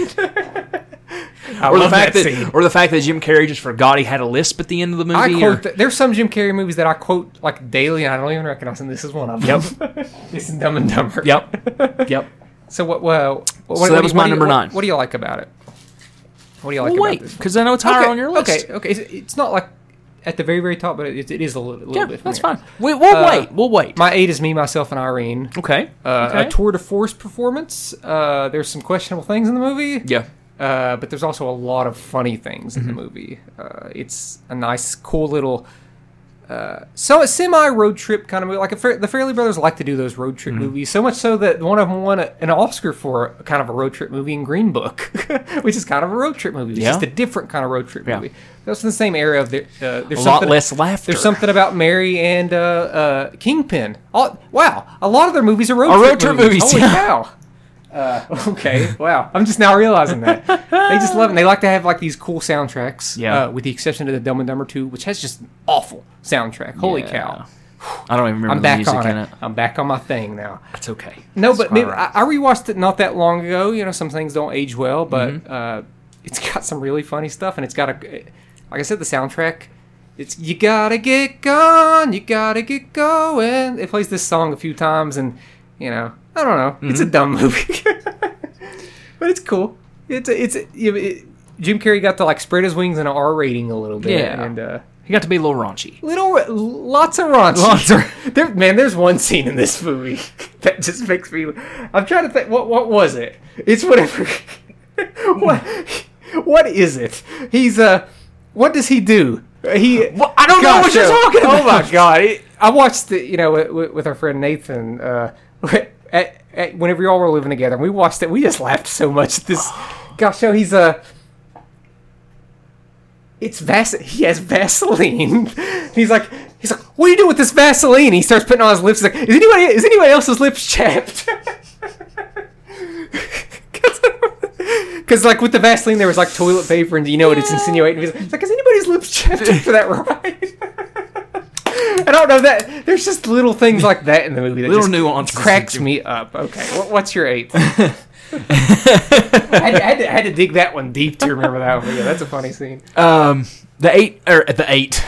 I Or the love fact that, scene. or the fact that Jim Carrey just forgot he had a lisp at the end of the movie. I or- quote. th- there's some Jim Carrey movies that I quote like daily, and I don't even recognize, and this is one of them. Yep. this is Dumb and Dumber. Yep. Yep. So what? Well, what, what, that do you- was what my do you- number what- nine. What do you like about it? What do you like Well, about wait, this? because I know it's higher okay, on your list. Okay, okay. It's, it's not like at the very, very top, but it, it is a little, little Yeah, bit. from that's there. fine. We, we'll Uh, wait. We'll wait. My eight is me, myself, and Irene. okay. Uh, okay. A tour de force performance. Uh, there's some questionable things in the movie. yeah. Uh, but there's also a lot of funny things in the Mm-hmm. movie. Uh, it's a nice, cool little. Uh, so a semi road trip kind of movie. Like a, Fa- the Fairley Brothers like to do those road trip Mm-hmm. movies so much so that one of them won a, an Oscar for a, kind of a road trip movie in Green Book, which is kind of a road trip movie. It's Yeah. just a different kind of road trip Yeah. movie. That's in the same area of the, uh, there's A lot something- less laughter. There's something about Mary and uh, uh, Kingpin. All, wow, a lot of their movies are road Are trip road trip movies, Holy yeah. cow! okay. Wow. I'm just now realizing that they just love it. And they like to have like these cool soundtracks. Yeah. Uh, with the exception of the Dumb and Dumber Two, which has just an awful soundtrack. Holy Yeah. cow! I don't even remember I'm the back music on in it. it. I'm back on my thing now. That's okay. No, That's but quite maybe, all right. I, I rewatched it not that long ago. You know, some things don't age well, but Mm-hmm. uh, it's got some really funny stuff, and it's got a, like I said, the soundtrack. It's you gotta get gone, you gotta get going. It plays this song a few times, and you know, I don't know. It's a Mm-hmm. dumb movie, but it's cool. It's a, it's a, you know, it, Jim Carrey got to like spread his wings in an R rating a little bit, Yeah. and uh, he got to be a little raunchy. little lots of raunchy. Lots of- there, man, there's one scene in this movie that just makes me. I'm trying to think. What what was it? It's whatever. what what is it? He's uh, what does he do? Uh, He Well, I don't know what you're oh- talking Oh about. my god! It- I watched it. You know, with, with our friend Nathan. Uh, at, at, whenever y'all were living together, we watched it. We just laughed so much. at This gosh, so he's a. Uh, it's Vas. He has Vaseline. he's like, he's like, what do you do with this Vaseline? He starts putting on his lips. He's like, is anybody is anybody else's lips chapped? Because like with the Vaseline, there was like toilet paper, and you know what it's Yeah. insinuating. He's like, is anybody's lips chapped after that ride? I don't know that. There's just little things like that in the movie that Little just nuances that cracks you- me up. Okay, what, what's your eighth? I, had to, I, had to, I had to dig that one deep to remember that one. Yeah, that's a funny scene. Um, the eight or uh, the eight.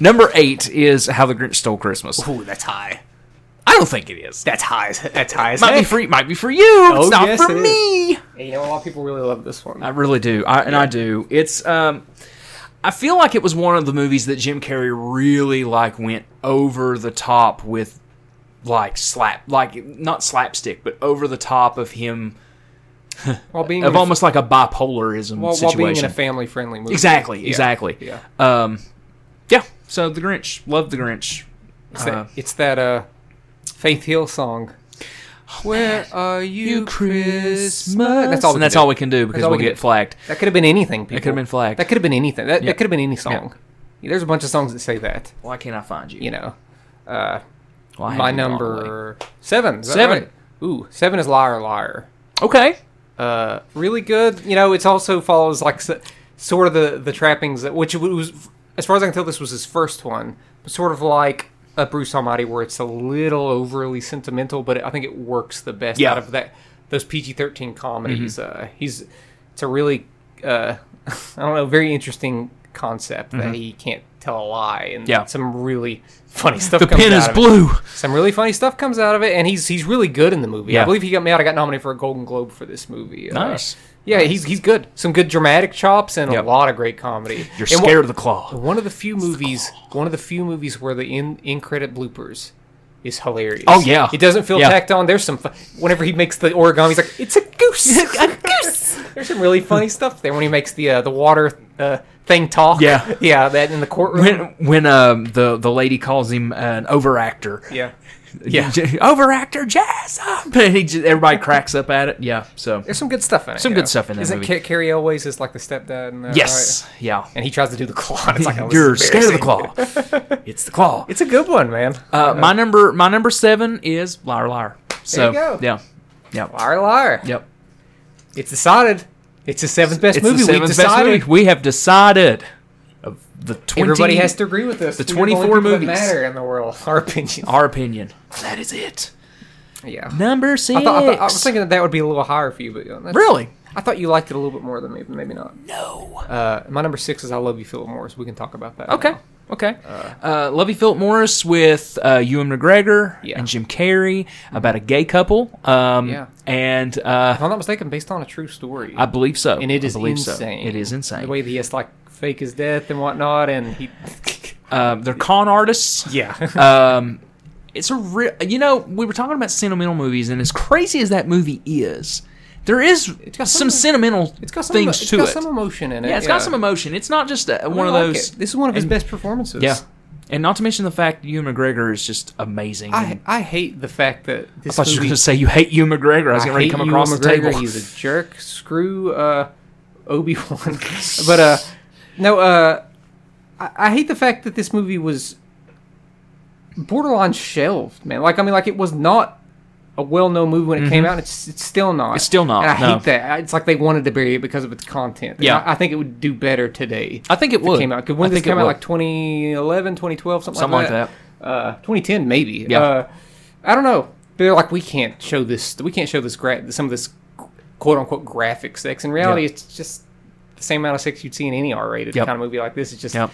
Number eight is How the Grinch Stole Christmas. Ooh, that's high. I don't think it is. That's high. as- That's high. As Might be heck. for might be for you. Oh, it's not yes, for it is. me. And, you know, a lot of people really love this one. I really do. I, and I do. It's um I feel like it was one of the movies that Jim Carrey really like went over the top with like slap like not slapstick, but over the top of him while being in of a- almost like a bipolarism while, while situation. being in a family-friendly movie. exactly, Yeah. exactly. Yeah. Um yeah, so the Grinch, love the Grinch. It's Uh, that, it's that uh, Faith Hill song. Where are you, Christmas? That's all. and that's all we can do because all we'll we can get do. flagged. That could have been anything. People. It could have been flagged. That could have been anything. That, Yeah. that could have been any song. There's a bunch of songs that say that. Why can't I find you? You know, uh, Well, I my have you all the way. number seven. Is that Seven. right? Ooh, seven is liar, liar. Okay. Uh, really good. You know, it's also follows like s- sort of the the trappings that which was as far as I can tell, this was his first one, but sort of like a Bruce Almighty, where it's a little overly sentimental, but I think it works the best Yeah. Mm-hmm. out of that those PG thirteen comedies. Uh, he's it's a really uh, I don't know, very interesting concept that he can't tell a lie and Mm-hmm. Yeah. some really funny stuff. The comes pin out is of it blue. some really funny stuff comes out of it, and he's he's really good in the movie. Yeah. I believe he got me out. I got nominated for a Golden Globe for this movie. Uh, Nice. yeah, he's he's good. Some good dramatic chops and Yep. a lot of great comedy. You're And scared of the claw. One, one of the few movies, one of the few movies where the in in credit bloopers is hilarious. Oh, yeah. it doesn't feel Yeah. tacked on. There's some fun, whenever he makes the origami, he's like, it's a goose. There's some really funny stuff there when he makes the uh, the water uh, thing talk. Yeah. yeah, that in the courtroom. when when um the the lady calls him an overactor. yeah. Yeah, overactor jazz up, and he just, everybody cracks up at it. Yeah, so There's some good stuff in it. Some you good know. stuff in that Isn't movie. Ca- Carrie Elways is like the stepdad? And, uh, yes, right? yeah. And he tries to do the claw. and It's like oh, this You're is scared of the embarrassing. claw. it's the claw. It's a good one, man. Uh, my number my number seven is liar liar. So you go. yeah, yeah, liar, liar. yep. It's decided. It's the seventh best It's the movie. we seventh best decided. movie. We have decided of the twenty. Everybody has to agree with us. the We're only 24 people that movies. Oh, matter in the world. Our opinion. our opinion. That is it. Yeah. Number six. I, thought, I, thought, I was thinking that that would be a little higher for you, but you know, that's- Really? I thought you liked it a little bit more than me, but maybe not. No. Uh, my number six is I Love You, Philip Morris. We can talk about that. Okay. now. Okay. Uh, Lovey Philip Morris with uh, Ewan McGregor Yeah. and Jim Carrey about a gay couple. Um, Yeah. And uh, If I'm not mistaken, based on a true story. I believe so. and it I is believe so. insane. It is insane. The way that he has to, like fake his death and whatnot, and he um, they're con artists. yeah, Um, it's a real. You know, we were talking about sentimental movies, and as crazy as that movie is, there is got some some- sentimental it's got some things it's to got it. some emotion in it. yeah, it's got some emotion. It's not just uh I one of like those. it. This is one of his and- best performances. Yeah. And not to mention the fact that Ewan McGregor is just amazing. I I hate the fact that I this thought you were movie- going to say you hate Hugh McGregor. I was going hate to come Ewan across the McGregor. table. He's a jerk. Screw uh, Obi Wan. but uh, no, uh, I, I hate the fact that this movie was borderline shelved, man. Like I mean, like it was not a well-known movie when it came out. and It's it's still not. Mm-hmm. It's still not, And I no. hate that. It's like they wanted to bury it because of its content. And Yeah. I, I think it would do better today. I think it if would. came out. 'Cause When I did this think it came out, would. like 2011, 2012, something, Something like that. Uh, 2010, maybe. Yeah. Uh, I don't know. They're like, we can't show this. We can't show this. Gra- some of this quote unquote graphic sex. In reality, Yeah. it's just the same amount of sex you'd see in any R-rated Yep. kind of movie like this. It's just Yep.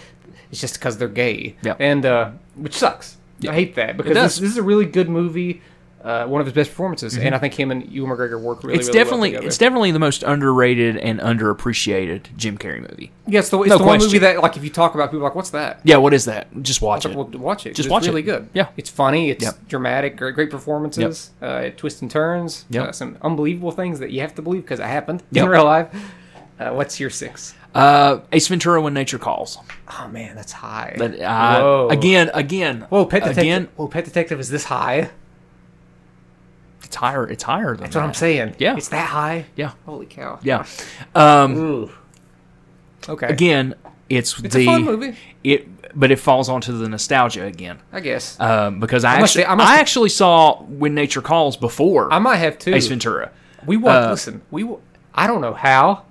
it's just because they're gay. Yep. And uh, which sucks. I hate that because this, does. Mm-hmm. this is a really good movie. Uh, one of his best performances, and I think him and Ewan McGregor work really. it's really well definitely together. it's definitely the most underrated and underappreciated Jim Carrey movie. yeah, it's the, it's no the one question. movie that like if you talk about it, people are like what's that? Yeah, what is that? Just watch it. Well, watch it. Just it's watch really it. good. Yeah. it's funny. It's Yep. dramatic. Great, great performances. Uh, it twists and turns. Yep. Uh, some unbelievable things that you have to believe because it happened Yep. in real life. Uh, what's your six? Uh, Ace Ventura: When Nature Calls. Oh man, that's high. But, uh, Whoa. Again, again, Whoa, Pet Detective. again. Whoa, Pet Detective is this high? It's higher. It's higher than That's what I'm saying. Yeah. it's that high. Yeah, Holy cow. yeah. Um, Ooh. Okay. again, it's, it's the a fun movie, it, but it falls onto the nostalgia again I guess. um, because I, must actually, say- I must- I actually saw When Nature Calls before I might have two. Ace Ventura. We watched. Uh, listen, we. wa- I don't know how,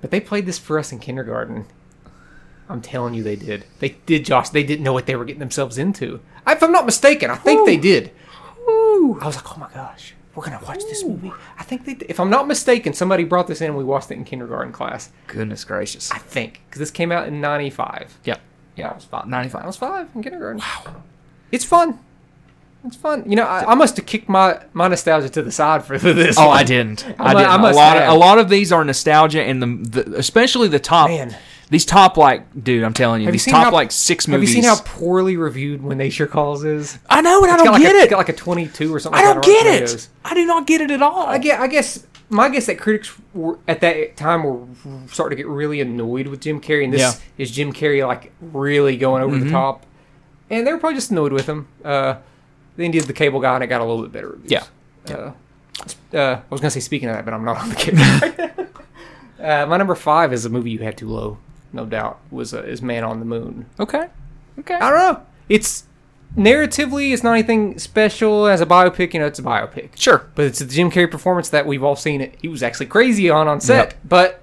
but they played this for us in kindergarten. I'm telling you, they did. They did, Josh. They didn't know what they were getting themselves into. If I'm not mistaken, I think they did. I was like, oh my gosh, we're gonna watch this movie. I think they. Did. If I'm not mistaken, somebody brought this in and we watched it in kindergarten class. Goodness gracious. I think because this came out in '95. Yeah. Yeah, I was five. 95. I was five in kindergarten. Wow, it's fun. It's fun. You know, I, I must have kicked my, my nostalgia to the side for this. Oh, one. I didn't. I I'm a- didn't. I a must lot. Of, have. a lot of these are nostalgia, and the, the especially the top. Man. These top like, dude, I'm telling you, Have you these seen top how- like six Have you movies. seen how poorly reviewed When Nature Calls is? I know, and I It's got don't like get a, it. Got like a 22 or something. I like don't that on get Rotten it. Tomatoes. I do not get it at all. I guess, I guess my guess that critics were, at that time were starting to get really annoyed with Jim Carrey, and this Yeah. Mm-hmm. is Jim Carrey like really going over the top, and they were probably just annoyed with him. Uh, then he did the Cable Guy, and it got a little bit better reviews. Yeah. Uh, uh, I was gonna say speaking of that, but I'm not on the cable. uh, my number five is a movie you had too low, no doubt. Was uh, is Man on the Moon? Okay. Okay. I don't know. It's narratively, it's not anything special as a biopic. You know, it's a biopic. Sure. But it's the Jim Carrey performance that we've all seen. It. He was actually crazy on on set, but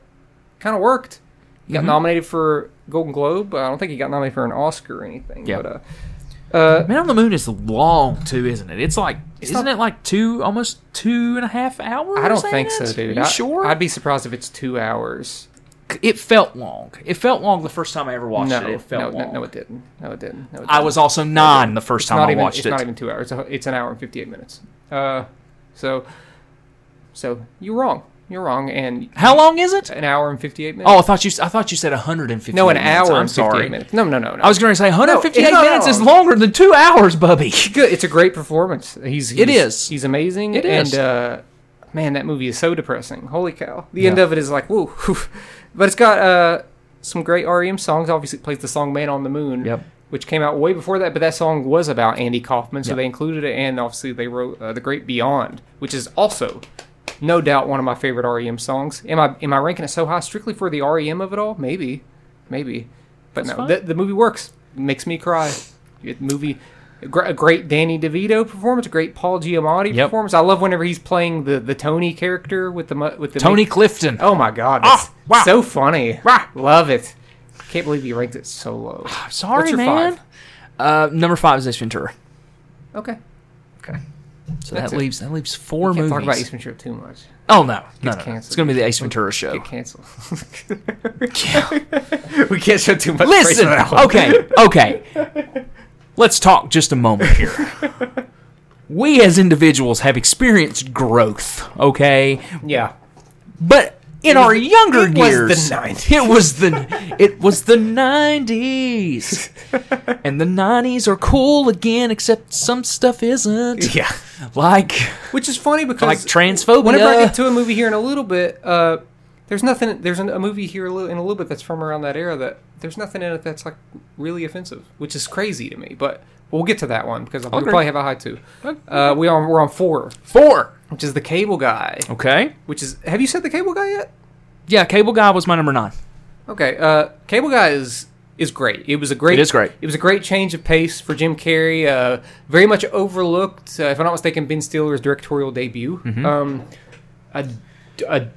kind of worked. He Mm-hmm. got nominated for Golden Globe. But I don't think he got nominated for an Oscar or anything. Yeah. But, uh, uh, Man on the Moon is long too, isn't it? It's like, isn't not- it like two, almost two and a half hours? I don't that think so, is? dude. You I, sure? I'd be surprised if it's two hours. it felt long. It felt long the first time I ever watched No, Oh, it. It no, felt no, long. no, it didn't. No, it didn't. No, it I didn't. was also nine the first time not I even, watched it's it. not even two hours. It's, a- it's an hour and fifty eight minutes. Uh, so, so you're wrong. You're wrong. And How long is it? an hour and fifty eight minutes. Oh, I thought you. I thought you said 150. no, an minutes. hour I'm and fifty sorry. eight minutes. No, no, no, no. I was going to say 158 it's not minutes is long. longer than two hours, Bubby. good. It's a great performance. He's, he's It is. He's amazing. It and, is. uh, man, that movie is so depressing. Holy cow! The end of it is like woo. whew. But it's got uh, some great REM songs. Obviously, it plays the song "Man on the Moon." Yep. Which came out way before that, but that song was about Andy Kaufman, so Yep. they included it, and obviously they wrote uh, "The Great Beyond," which is also, no doubt, one of my favorite REM songs. Am I am I ranking it so high strictly for the REM of it all? Maybe, maybe, but no, fine. the, the movie works. Makes me cry. It- movie, a gr- a great Danny DeVito performance, a great Paul Giamatti Yep. performance. I love whenever he's playing the, the Tony character with the mu- with the Tony Clifton. Oh my god, Ah, it's wow. so funny. Wow. Ah, Love it. Can't believe you ranked it so low. I'm sorry, What's your man. five? Uh, number five is Ace Ventura. Okay, Okay. So That's that it. leaves that leaves four can't movies. talk about Ace Ventura too much. oh no, no, no, no. canceled. it's going to be the Ace Ventura show. Get canceled. we can't show too much. praise Listen, for that one. okay, okay. Let's talk just a moment here. We as individuals have experienced growth, okay? Yeah. But in was- our younger it was years, the 90s. it was the it was the nineties, and the nineties are cool again, except some stuff isn't. Yeah. Like Which is funny because like transphobia. Whenever I get to a movie here in a little bit, uh, there's nothing. There's an, a movie here a little- in a little bit that's from around that era that there's nothing in it that's like really offensive, which is crazy to me. But we'll get to that one because we Okay. probably have a high two. Uh, we on we're on four, four. which is the Cable Guy. Okay. Which is have you said the Cable Guy yet? Yeah, Cable Guy was my number nine. Okay, uh, Cable Guy is is great. It was a great. It is great. It was a great change of pace for Jim Carrey. Uh, very much overlooked, uh, if I'm not mistaken, Ben Stiller's directorial debut. Mm-hmm. Um, a, a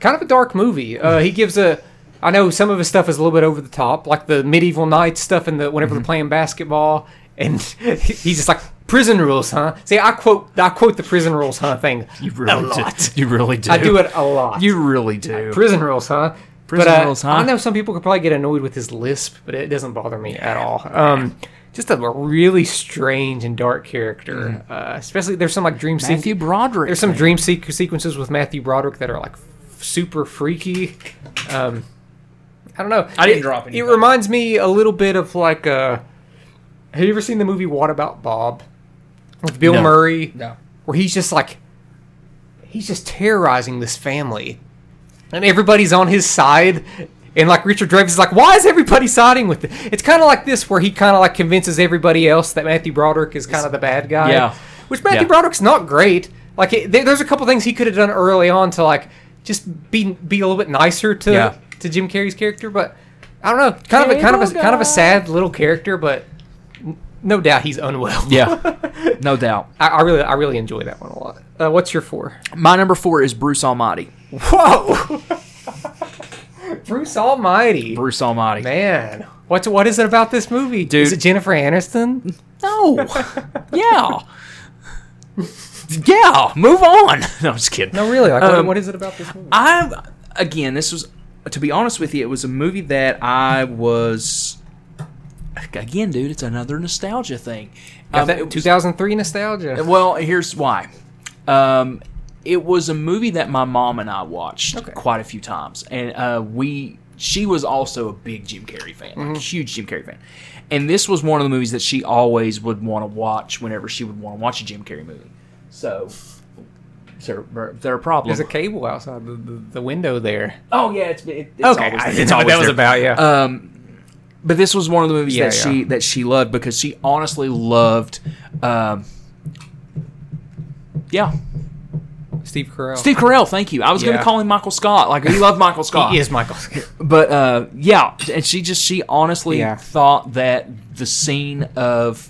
kind of a dark movie. Uh, he gives a. I know some of his stuff is a little bit over the top, like the medieval knights stuff, and the Mm-hmm. whenever they're playing basketball, and he's just like prison rules, huh? See, I quote I quote the prison rules, huh? Thing You really a lot. do. You really do. I do it a lot. You really do. Prison rules, huh? Prison but, uh, rules, huh? I know some people could probably get annoyed with his lisp, but it doesn't bother me at all. Um, just a really strange and dark character. Uh, especially there's some like dream Mm. Matthew sequ- Broderick. There's some man. dream sequ- sequences with Matthew Broderick that are like f- super freaky. Um, I don't know. I didn't it, drop It anything. reminds me a little bit of like uh, Have you ever seen the movie What About Bob with Bill No. Murray? No. where he's just like he's just terrorizing this family and everybody's on his side and like richard Dreyfuss is like why is everybody siding with it it's kind of like this where he kind of like convinces everybody else that matthew broderick is kind of the bad guy Yeah. which matthew Yeah. broderick's not great like it, there, there's a couple things he could have done early on to like just be be a little bit nicer to Yeah. to jim carrey's character but i don't know kind of a kind of a Cable kind of guy. a sad little character but n- no doubt he's unwell Yeah, no doubt. I, I really, I really enjoy that one a lot. Uh, what's your four? My number four is Bruce Almighty. Whoa, Bruce Almighty, Bruce Almighty. man. What's what is it about this movie? Dude. Is it Jennifer Aniston? No. yeah. Yeah. Move on. No, I'm just kidding. No, really. Like, what- Um, what is it about this movie? I again, this was to be honest with you, it was a movie that I was again, dude. It's another nostalgia thing. Got Um, that it was- 2003 nostalgia. Well, here's why. Um, it was a movie that my mom and I watched Okay. quite a few times, and uh, we she was also a big Jim Carrey fan, Mm-hmm. like huge Jim Carrey fan. And this was one of the movies that she always would want to watch whenever she would want to watch a Jim Carrey movie. So, is there, is there a problem? There's a cable outside the, the, the window there. oh yeah, it's, it, it's Okay, always I there. didn't It's know what always that was there. about. Yeah, But this was one of the movies Yeah, that yeah. she that she loved because she honestly loved. Um, yeah, Um, Steve Carell. Steve Carell, thank you. I was going Yeah. to call him Michael Scott. Like we love Michael Scott. he is Michael. But uh, yeah, and she just she honestly Yeah. thought that the scene of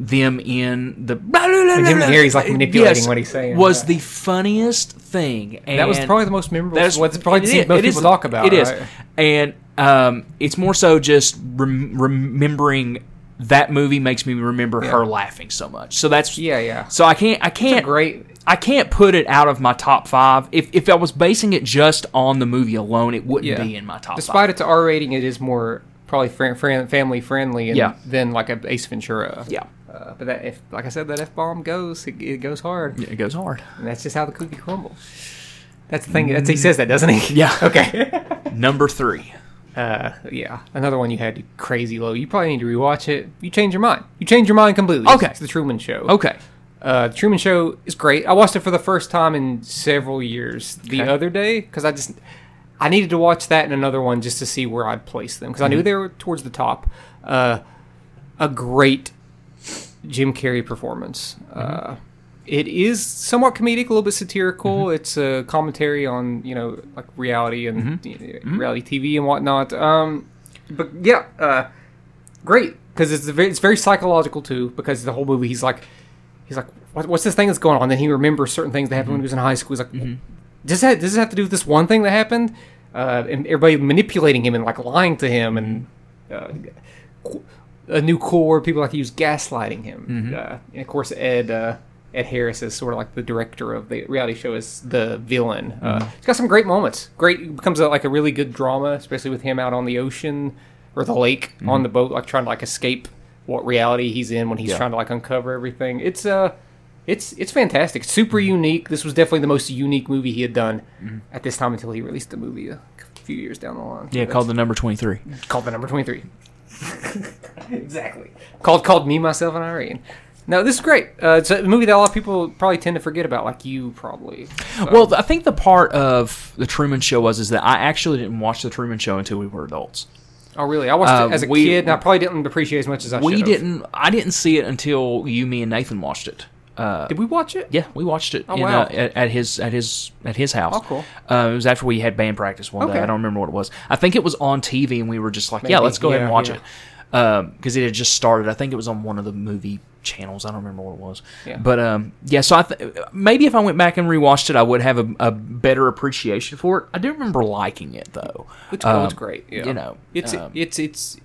them in the blah, blah, blah, And him blah, here, he's, like, blah, manipulating what he's saying, was yeah. the funniest thing. And that was probably the most memorable. that's That's what's probably the scene most people talk about. It is, right? and um, it's more so just rem- remembering that movie makes me remember her laughing so much. So that's Yeah, yeah. So I can't I can't Great. I can't put it out of my top five. If if I was basing it just on the movie alone, it wouldn't Yeah. be in my top. Despite its R rating, it is more probably fri friend, family friendly and, Yeah. than like a Ace Ventura. Yeah. Uh, but that if, like I said, that f bomb goes, it, it goes hard, five, it goes hard. and that's just how the cookie crumbles. That's the thing. That's, he says that, doesn't he? Yeah. Okay. Number three. Uh, yeah. Another one you had crazy low. You probably need to rewatch it. You change your mind. You change your mind completely. Okay. It's the Truman Show. Okay. Uh, the Truman Show is great. I watched it for the first time in several years the Okay. other day because I just I needed to watch that and another one just to see where I'd place them because I knew Mm-hmm. they were towards the top. Uh, a great Jim Carrey performance. Mm-hmm. Uh, it is somewhat comedic, a little bit satirical. It's a commentary on you know like reality and uh, reality TV and whatnot. Um, but yeah, uh, great because it's very, it's very psychological too. Because the whole movie, he's like, he's like, what, what's this thing that's going on? Then he remembers certain things that happened when he was in high school. He's like, does that does this have to do with this one thing that happened? Uh, and everybody manipulating him and like lying to him and uh, qu- a new cool word people like to use gaslighting him. Mm-hmm. Uh, and of course, Ed uh, Ed Harris is sort of like the director of the reality show is the villain. Mm-hmm. Uh, it's got some great moments. Great it becomes a, like a really good drama, especially with him out on the ocean or the lake Mm-hmm. on the boat, like trying to like escape what reality he's in when he's Yeah. trying to like uncover everything. It's uh it's it's fantastic. Super Mm-hmm. unique. This was definitely the most unique movie he had done at this time until he released the movie a few years down the line. Yeah, That's- called the number twenty three. called the number 23 exactly called called me myself and irene no this is great uh, it's a movie that a lot of people probably tend to forget about like you probably Well, I think the part of the Truman Show was is that I actually didn't watch the Truman Show until we were adults. oh really i watched Uh, it as a we- kid and i probably didn't appreciate it as much as i We should've. didn't. I didn't see it until you, me, and Nathan watched it. Uh, did we watch it yeah, we watched it in, Oh, wow. uh, at, at his at his at his house. Oh, cool. Uh, it was after we had band practice one day. Okay. I don't remember what it was. I think it was on TV, and we were just like, "Yeah, Maybe. let's go ahead Yeah, and watch yeah. it," because it had just started. I think it was on one of the movie channels. I don't remember what it was. Yeah. But um, yeah. So I th- maybe if I went back and rewatched it, I would have a, a better appreciation for it. I do remember liking it though. it's, Um, oh, it's great yeah. You know, it's um, it's it's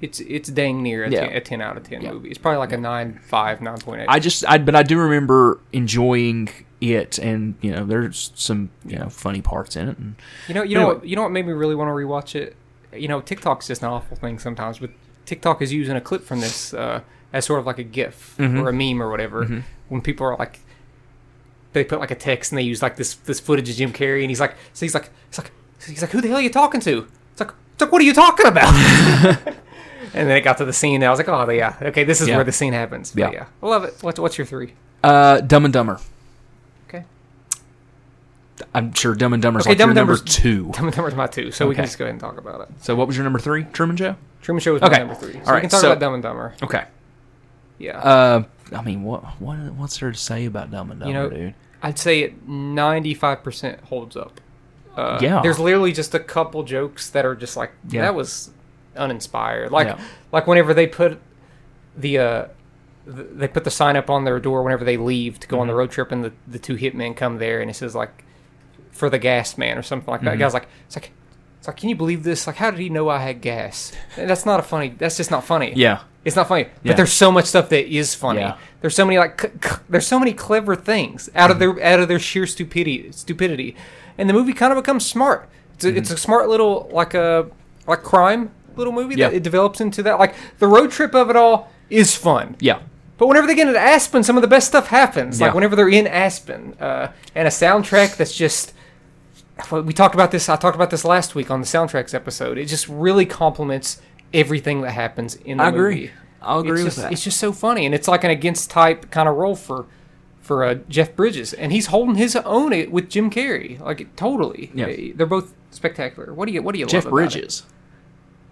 it's it's dang near a, Yeah. 10, a 10 out of 10 Yeah. movie it's probably like a 9 5 9.8 I just, I but I do remember enjoying it, and you know, there's some you know funny parts in it. And, You know, you know, Anyway. what, you know what made me really want to rewatch it. You know, TikTok's just an awful thing sometimes, but TikTok is using a clip from this uh, as sort of like a GIF Mm-hmm. or a meme or whatever. When people are like, they put like a text and they use like this this footage of Jim Carrey, and he's like, so he's like, it's like, he's like, who the hell are you talking to? It's like, it's like, what are you talking about? and then it got to the scene, and I was like, oh yeah, okay, this is Yeah. where the scene happens. But Yeah. yeah. I love it. What's what's your three? Uh, Dumb and Dumber. Okay, I'm sure Dumb and Dumber's Okay, like Dumb your and number Dumber's- two. Dumb and Dumber's my two, so we can Okay. just go ahead and talk about it. So what was your number three? Truman Show. Truman Show is my Okay. number three. So All we right, can talk so- about Dumb and Dumber. Okay. Yeah. Uh, I mean, what what what's there to say about Dumb and Dumber, You know, dude? I'd say it 95% holds up. Uh, Yeah. There's literally just a couple jokes that are just like, Yeah. that was uninspired. Like, Yeah. like whenever they put the, uh, th- they put the sign up on their door whenever they leave to go Mm-hmm. on the road trip, and the, the two hitmen come there, and it says like, "For the gas man" or something like Mm-hmm. that. The guy's like, "It's like, it's like, can you believe this? Like, how did he know I had gas? And that's not a funny. That's just not funny. Yeah. It's not funny, Yeah. but there's so much stuff that is funny. Yeah. There's so many like c- c- there's so many clever things out of Mm-hmm. their out of their sheer stupidity stupidity, and the movie kind of becomes smart. It's a, it's Mm-hmm. a smart little like a like crime little movie Yeah. that it develops into that like the road trip of it all is fun. Yeah. But whenever they get into Aspen, some of the best stuff happens. Yeah. Like whenever they're in Aspen, uh, and a soundtrack that's just. We talked about this. I talked about this last week on the soundtracks episode. It just really complements everything that happens in the I agree. movie. I'll agree it's with just, that. It's just so funny, and it's like an against type kind of role for for uh, Jeff Bridges, and he's holding his own it with Jim Carrey, like it- totally. Yeah. Uh, they're both spectacular. What do you What do you Jeff love about it? Bridges.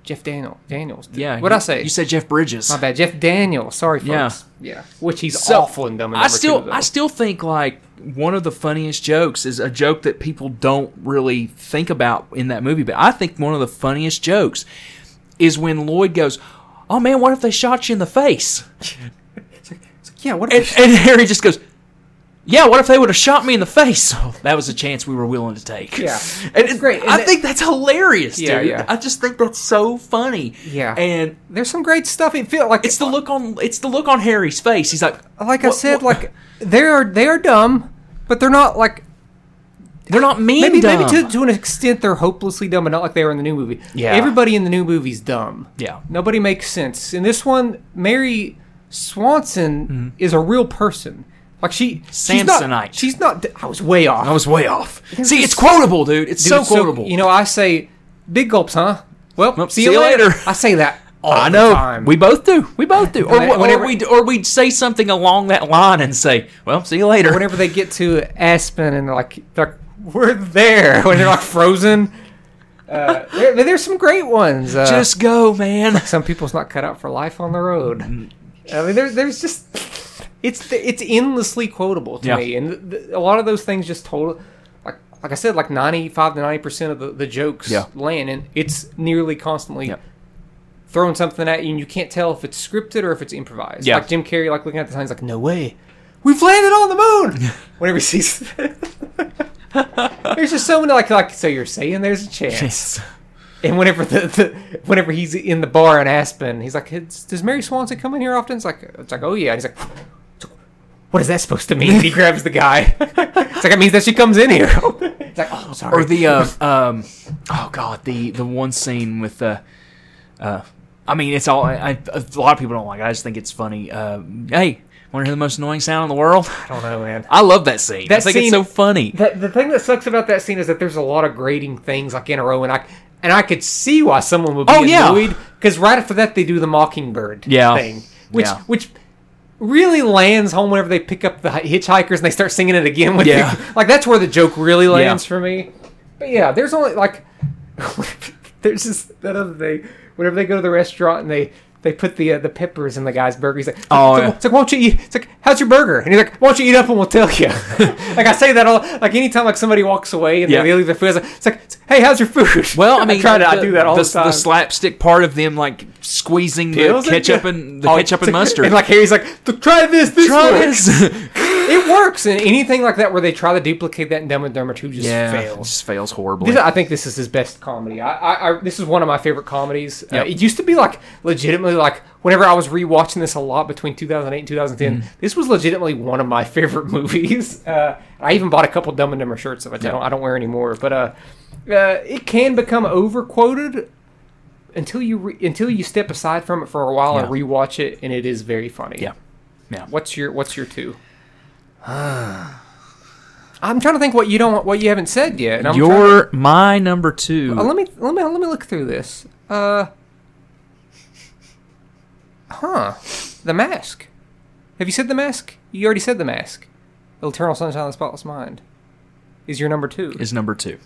Jeff Daniel Daniels. Yeah. What you- I say? You said Jeff Bridges. My bad. Jeff Daniel. Sorry, folks. Yeah. Yeah. Which he's So, awful in Dumb and I Number Two, still though. I still think like one of the funniest jokes is a joke that people don't really think about in that movie, but I think one of the funniest jokes is when Lloyd goes, "Oh man, what if they shot you in the face?" It's like, yeah. What? And, If and Harry just goes, "Yeah, what if they would have shot me in the face?" Oh, that was a chance we were willing to take. Yeah. and it's great. great. And I that- think that's hilarious, dude. Yeah, yeah. I just think that's so funny. Yeah. and there's some great stuff. It feel like it's the look on it's the look on Harry's face. He's like, Like I "What- said, what-" like they are they are dumb, but they're not like they're not mean. maybe dumb. maybe to, to an extent they're hopelessly dumb, but not like they were in the new movie. Yeah. Everybody in the new movie's dumb. Yeah. Nobody makes sense. In this one, Mary Swanson is a real person. Like she, Mm-hmm. Samsonite. She's not. She's not I was way off. I was way off. See, just- it's quotable, dude. It's so Dude, quotable. you know, I say big gulps, huh? Well, see, you later. I say that. All Oh, I the know. time. We both do. We both do. Or, And or, whenever- we or we'd say something along that line and say, "Well, see you later." whenever they get to Aspen and they're like, they're like, we're there. When they're like frozen. Uh, there, there's some great ones. Uh, Just go, man. some people's not cut out for life on the road. I mean, there, there's just it's it's endlessly quotable to Yeah. me, and th- a lot of those things just total like like I said, like ninety five to ninety percent of the, the jokes Yeah. land, and it's nearly constantly Yeah. throwing something at you, and you can't tell if it's scripted or if it's improvised. Yeah. Like Jim Carrey, like looking at the signs, like no way. We've landed on the moon. Whenever he sees, there's just so many like like. So you're saying there's a chance. And whenever the, the whenever he's in the bar in Aspen, he's like, "It's- "Does Mary Swanson come in here often?" It's like, "It's like, oh yeah." And he's like, "What is that supposed to mean?" And he grabs the guy. It's like it means that she comes in here. It's like, "Oh, sorry." Or the uh, um, oh god, the the one scene with uh, uh, I mean, it's all. I, I, a lot of people don't like. it. I just think it's funny. Uh, hey, want to hear the most annoying sound in the world? I don't know, man. I love that scene. I That think it's scene- so funny. The, the thing that sucks about that scene is that there's a lot of grating things like in a row, and I and I could see why someone would be Oh, yeah. annoyed because right after that they do the Mockingbird Yeah. thing, which Yeah. which really lands home whenever they pick up the hi- hitchhikers and they start singing it again. With Yeah. the- like that's where the joke really lands for me. But yeah, there's only like there's just that other thing. Whenever they go to the restaurant and they. They put the uh, the peppers in the guy's burger. He's like, Oh, "It's yeah. like, it's like, won't you eat? It's like, how's your burger? And he's like, won't you eat up and we'll tell you. like I say that all. Like anytime like somebody walks away and Yeah. they leave their food, it's like, it's like, hey, how's your food? Well, I mean, try to I do that all the, time. The slapstick part of them like squeezing Feels the it, ketchup yeah. and the Oh, ketchup it's and like- mustard. And like Harry's like, "Th- try this, this Try works. this. It works, and anything like that where they try to duplicate that in Dumb and Dumber Two just yeah, it fails. just fails horribly. This, I think this is his best comedy. I, I, I this is one of my favorite comedies. Yep. Uh, it used to be like legitimately like whenever I was rewatching this a lot between 2008 and 2010, Mm-hmm. this was legitimately one of my favorite movies. Uh, I even bought a couple Dumb and Dumber shirts that I don't I don't wear anymore. But uh, uh, it can become overquoted until you re- until you step aside from it for a while and Yeah. rewatch it, and it is very funny. Yeah. Yeah. What's your What's your two? I'm trying to think what you don't what you haven't said yet. And I'm trying to- You're my number two. uh, let me let me let me look through this. Uh, huh? The mask. Have you said the mask? You already said the mask. Eternal Sunshine of the Spotless Mind is your number two. Is, is number two.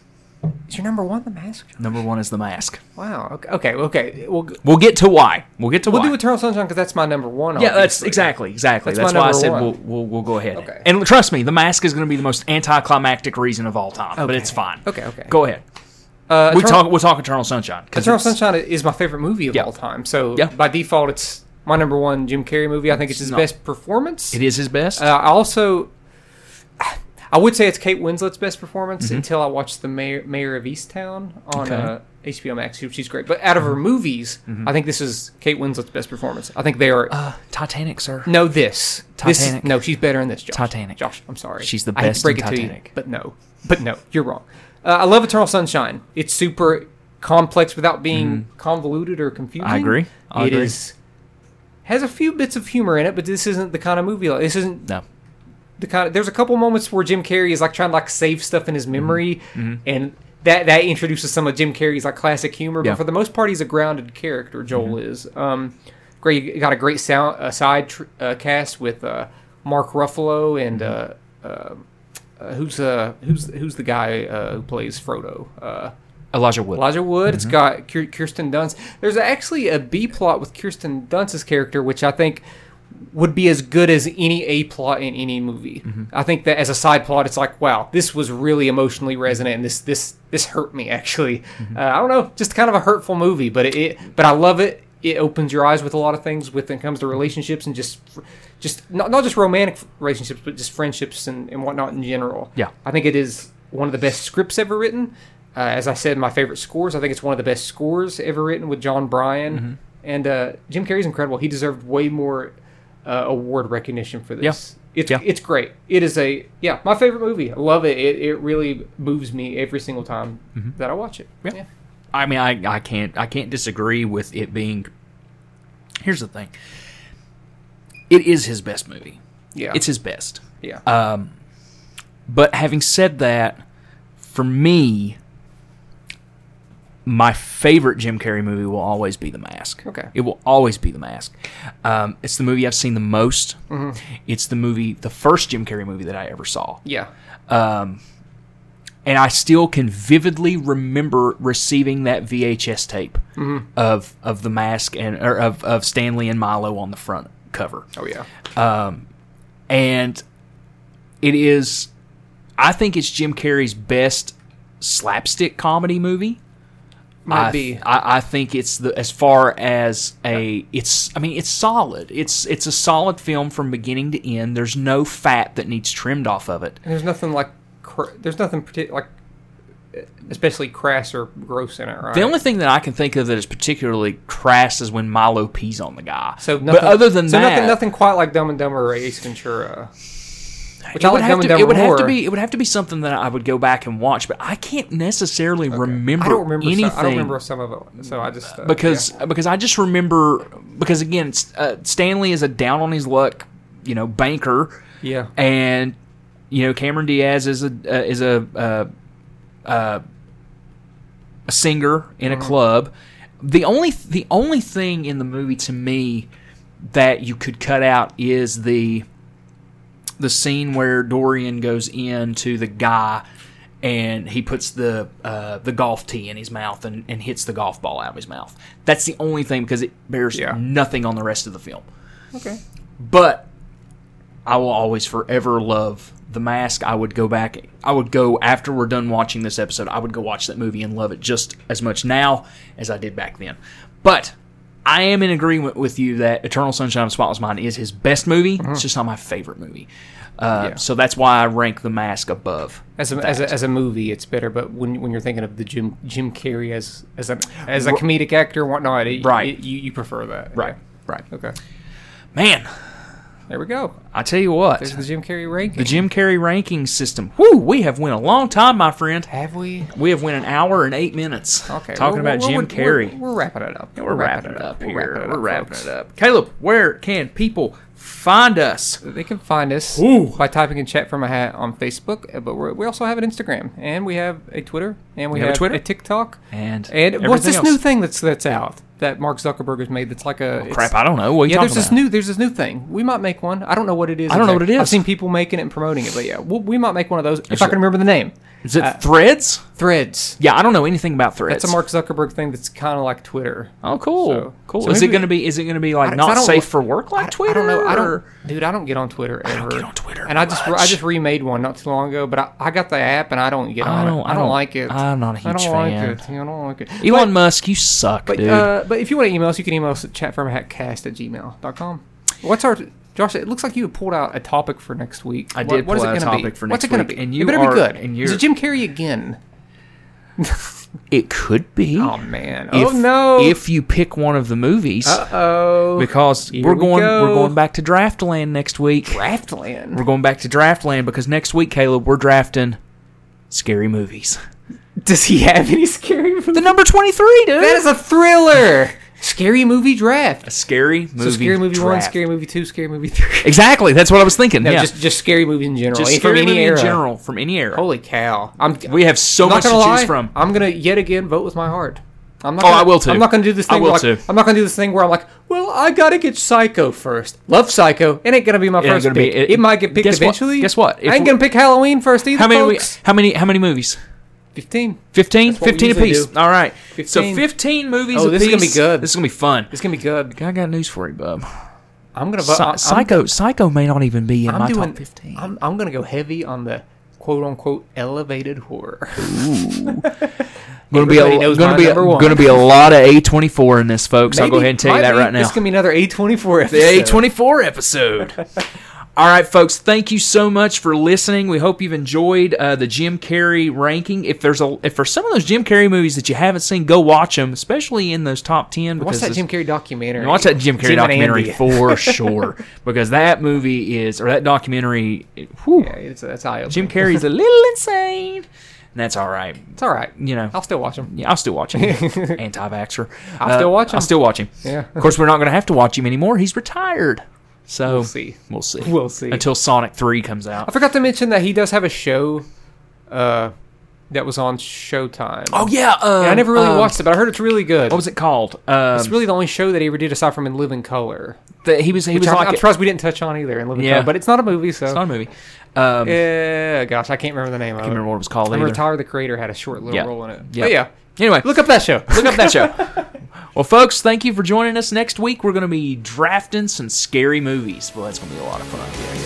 your number one the mask? Number one is the mask. Wow. Okay. Okay. okay. We'll we'll We'll get to why. We'll get to why. do Eternal Sunshine because that's my number one. yeah, that's obviously. exactly, exactly. That's, That's my why I number said one. we'll, we'll we'll go ahead. Okay. And trust me, the mask is going to be the most anticlimactic reason of all time, but Okay. it's fine. Okay, okay. Go ahead. Uh, We Eternal- talk. We'll talk Eternal Sunshine. 'cause Eternal it's- Sunshine is my favorite movie of Yeah. all time. So Yeah. by default, it's my number one Jim Carrey movie. I think it's his not- best performance. It is his best. Uh, I also, I would say it's Kate Winslet's best performance until I watched the Mayor, Mayor of Easttown on Mm-hmm. Okay. Mm-hmm. uh, HBO Max. She- She's great, but out of her movies, I think this is Kate Winslet's best performance. I think they are. Uh, Titanic, sir. no, this. This is- Titanic. no, she's better in this. Josh. Titanic. Josh, I'm sorry. She's the I hate best to break in it to Titanic. you, but no, but no, you're wrong. Uh, I love Eternal Sunshine. It's super complex without being convoluted or confusing. I Mm-hmm. agree. I It agree. is Has a few bits of humor in it, but this isn't the kind of movie. Like, this isn't No. the kind. Of, there's a couple moments where Jim Carrey is like trying to like save stuff in his memory, and that that introduces some of Jim Carrey's like classic humor. Yeah. But for the most part, he's a grounded character. Joel is. Um, great. you Got a great sound uh, side tr- uh, cast with uh, Mark Ruffalo and uh, uh, uh, who's uh who's who's the guy uh, who plays Frodo. Uh, Elijah Wood. Mm-hmm. Elijah Wood. It's got Kier- Kirsten Dunst. There's actually a B plot with Kirsten Dunst's character, which I think would be as good as any A plot in any movie. Mm-hmm. I think that as a side plot, it's like, wow, this was really emotionally resonant, and this this this hurt me actually. Mm-hmm. Uh, I don't know, just kind of a hurtful movie, but it, it but I love it. It opens your eyes with a lot of things with when it comes to relationships and just just not not just romantic relationships, but just friendships and, and whatnot in general. Yeah. I think it is one of the best scripts ever written. Uh, as I said, my favorite scores. I think it's one of the best scores ever written with John Bryan. Mm-hmm. And uh, Jim Carrey's incredible. He deserved way more uh, award recognition for this. It's Yeah. it's great. It is a yeah, my favorite movie. I love it. It, it really moves me every single time Mm-hmm. that I watch it. Yeah. I mean, I, I can't I can't disagree with it being. Here's the thing. It is his best movie. Yeah. It's uh, his best. yeah. But having said that, for me, my favorite Jim Carrey movie will always be The Mask. Okay. It will always be The Mask. Um, it's the movie I've seen the most. Mm-hmm. It's the movie, the first Jim Carrey movie that I ever saw. yeah. And I still can vividly remember receiving that VHS tape Mm-hmm. of of the mask and or of, of Stanley and Milo on the front cover. Oh yeah. and it is i think it's jim carrey's best slapstick comedy movie Might I, be. I, I think it's the as far as a it's i mean it's solid it's it's a solid film from beginning to end there's no fat that needs trimmed off of it And there's nothing like cr- there's nothing partic- like especially crass or gross in it, right? the only thing that I can think of that is particularly crass is when Milo pees on the guy. So nothing, but other than so that, nothing, nothing quite like Dumb and Dumber or Ace Ventura. Which it I would, like Dumb have and to, Dumber it would have to more. be it would have to be something that I would go back and watch, but I can't necessarily remember, I don't remember. anything. Some, I don't remember some of it, so I just uh, because because I just remember because again S- uh, Stanley is a down on his luck you know banker yeah, yeah. and you know Cameron Diaz is a uh, is a uh, uh, a singer in a club the only the only thing in the movie to me that you could cut out is the the scene where Dorian goes in to the guy and he puts the uh, the golf tee in his mouth and, and hits the golf ball out of his mouth. That's the only thing because it bears Yeah. nothing on the rest of the film. okay. But I will always forever love The Mask. I would go back. I would go after we're done watching this episode. I would go watch that movie and love it just as much now as I did back then. But I am in agreement with you that Eternal Sunshine of the Spotless Mind is his best movie. It's just not my favorite movie. Uh, Uh-huh. Yeah. So that's why I rank The Mask above. As a, as a as a movie, it's better. But when when you're thinking of the Jim Jim Carrey as as a as a comedic actor and whatnot, it, Right. it- you you prefer that, Right. Okay, Man, there we go. I tell you what, There's the the Jim Carrey ranking. Jim Carrey ranking system. Whoo, we have went a long time, my friend. Have we? We have went an hour and eight minutes Okay, talking we're- about Jim we're- we're- Carrey. We're, we're wrapping it up. We're, wrapping, it up here. We're wrapping it up. we're wrapping folks. it up. Caleb, where can people find us? They can find us Ooh. by typing in chat from a hat on Facebook, uh, but we're, we also have an Instagram and we have a Twitter and we, have a have, Twitter? a TikTok. And And everything what's this new else. Oh, thing that's that's out that Mark Zuckerberg has made? That's like a it's- Crap, I don't know. What are you yeah, talking there's this about? new there's this new thing. We might make one. I don't know what it is. I don't know what it is. I've seen people making it and promoting it, but yeah, we, we might make one of those if Actually- I can remember the name. Is it Threads? Threads. Uh, Yeah, I don't know anything about Threads. It's a Mark Zuckerberg thing that's kind of like Twitter. Oh, cool, So- cool. so is it maybe- going to be? Is it going to be like I- 'cause I not don't- safe for work like Twitter? I don't know. I don't, or- dude. I don't get on Twitter ever. I don't get on Twitter And I just much. I just remade one not too long ago, but I, I got the app and I don't get on don't- it. I I don't don't- like it. I'm not a I huge don't like fan. it. I don't like it. Elon Musk, you suck, but, dude. uh, but if you want to email us, you can email us at chatfirmhatcast at gmail.com. What's our Josh? It looks like you pulled out a topic for next week. I What- did what is pull out it a gonna be? topic for What's next it gonna week, Be? and It you better are- be good. and is you're- it Jim Carrey again? it could be. Oh man! Mm. If, oh no! If you pick one of the movies, oh, because Here we're we going, go. we're going back to Draftland next week. Draftland. We're going back to Draftland because next week, Caleb, we're drafting scary movies. Does he have any scary? The number 23, dude. That is a thriller. Scary movie draft. A scary movie. so scary movie one, draft. scary movie two, scary movie three. Exactly. That's what I was thinking. No, yeah. just just scary movie in general. Just and scary from any movie era. in general from any era. Holy cow! I'm we have so I'm not much to gonna choose lie. from. I'm gonna yet again vote with my heart. I'm not Oh, gonna, I will too. I'm not gonna do this I thing. where will like, too. I'm not gonna do this thing where I'm like, well, I gotta get Psycho first. Love Psycho. It ain't gonna be my ain't first gonna pick. be- it, it- might get picked guess what- eventually. guess what? If I ain't we- gonna pick Halloween first either. How many? We, folks. how many? How many movies? Fifteen. 15? That's what we 15 usually apiece. do. All right. So 15. 15 movies Oh, this is gonna apiece. be good. This is going to be fun. It's gonna be good. I got news for you, bub. I'm gonna vote. Psy- I'm- Psycho Psycho may not even be in I'm, my doing. top 15. I'm, I'm gonna go heavy on the quote unquote elevated horror. going to be everybody a knows going my to be number one. going to be a lot of A24 in this, folks. I'll go Maybe- ahead and tell you might that be. right now. This can be another A24 episode. The A24 episode. All right, folks. Thank you so much for listening. We hope you've enjoyed uh, the Jim Carrey ranking. If there's a, if for some of those Jim Carrey movies that you haven't seen, go watch them, especially in those top ten. Watch Because that this- Jim Carrey documentary. And watch that Jim Carrey Jim and documentary Andy. for sure because that movie is or that documentary. Whew, Yeah, it's, that's eye Jim Carrey's a little insane, and that's all right. It's all right. You know, I'll still watch him. yeah, I'll still watch him. Anti-vaxxer. Uh, I'll still watch I'll him. still watch him. Yeah. Of course, we're not going to have to watch him anymore. He's retired. So We'll see. We'll see. We'll see. Until Sonic Three comes I out. forgot to mention that he does have a show uh, that was on Showtime. Oh yeah. Um, And I never really um, watched it, but I heard it's really good. What was it called? Um, it's really the only show that he ever did aside from In Living Color. that he was. He Which was I'm, like. I'm a- surprised we didn't touch on either in Living Yeah. Color, but it's not a movie, so. it's not a movie. Um, yeah, gosh, I can't remember the name of I can't it. remember what it was called I'm either. retired. The creator had a short little Yeah. role in it. Yeah. But yeah, Anyway, look up that show. look up that show. Well, folks, thank you for joining us. Next week, we're going to be drafting some scary movies. Well, that's going to be a lot of fun.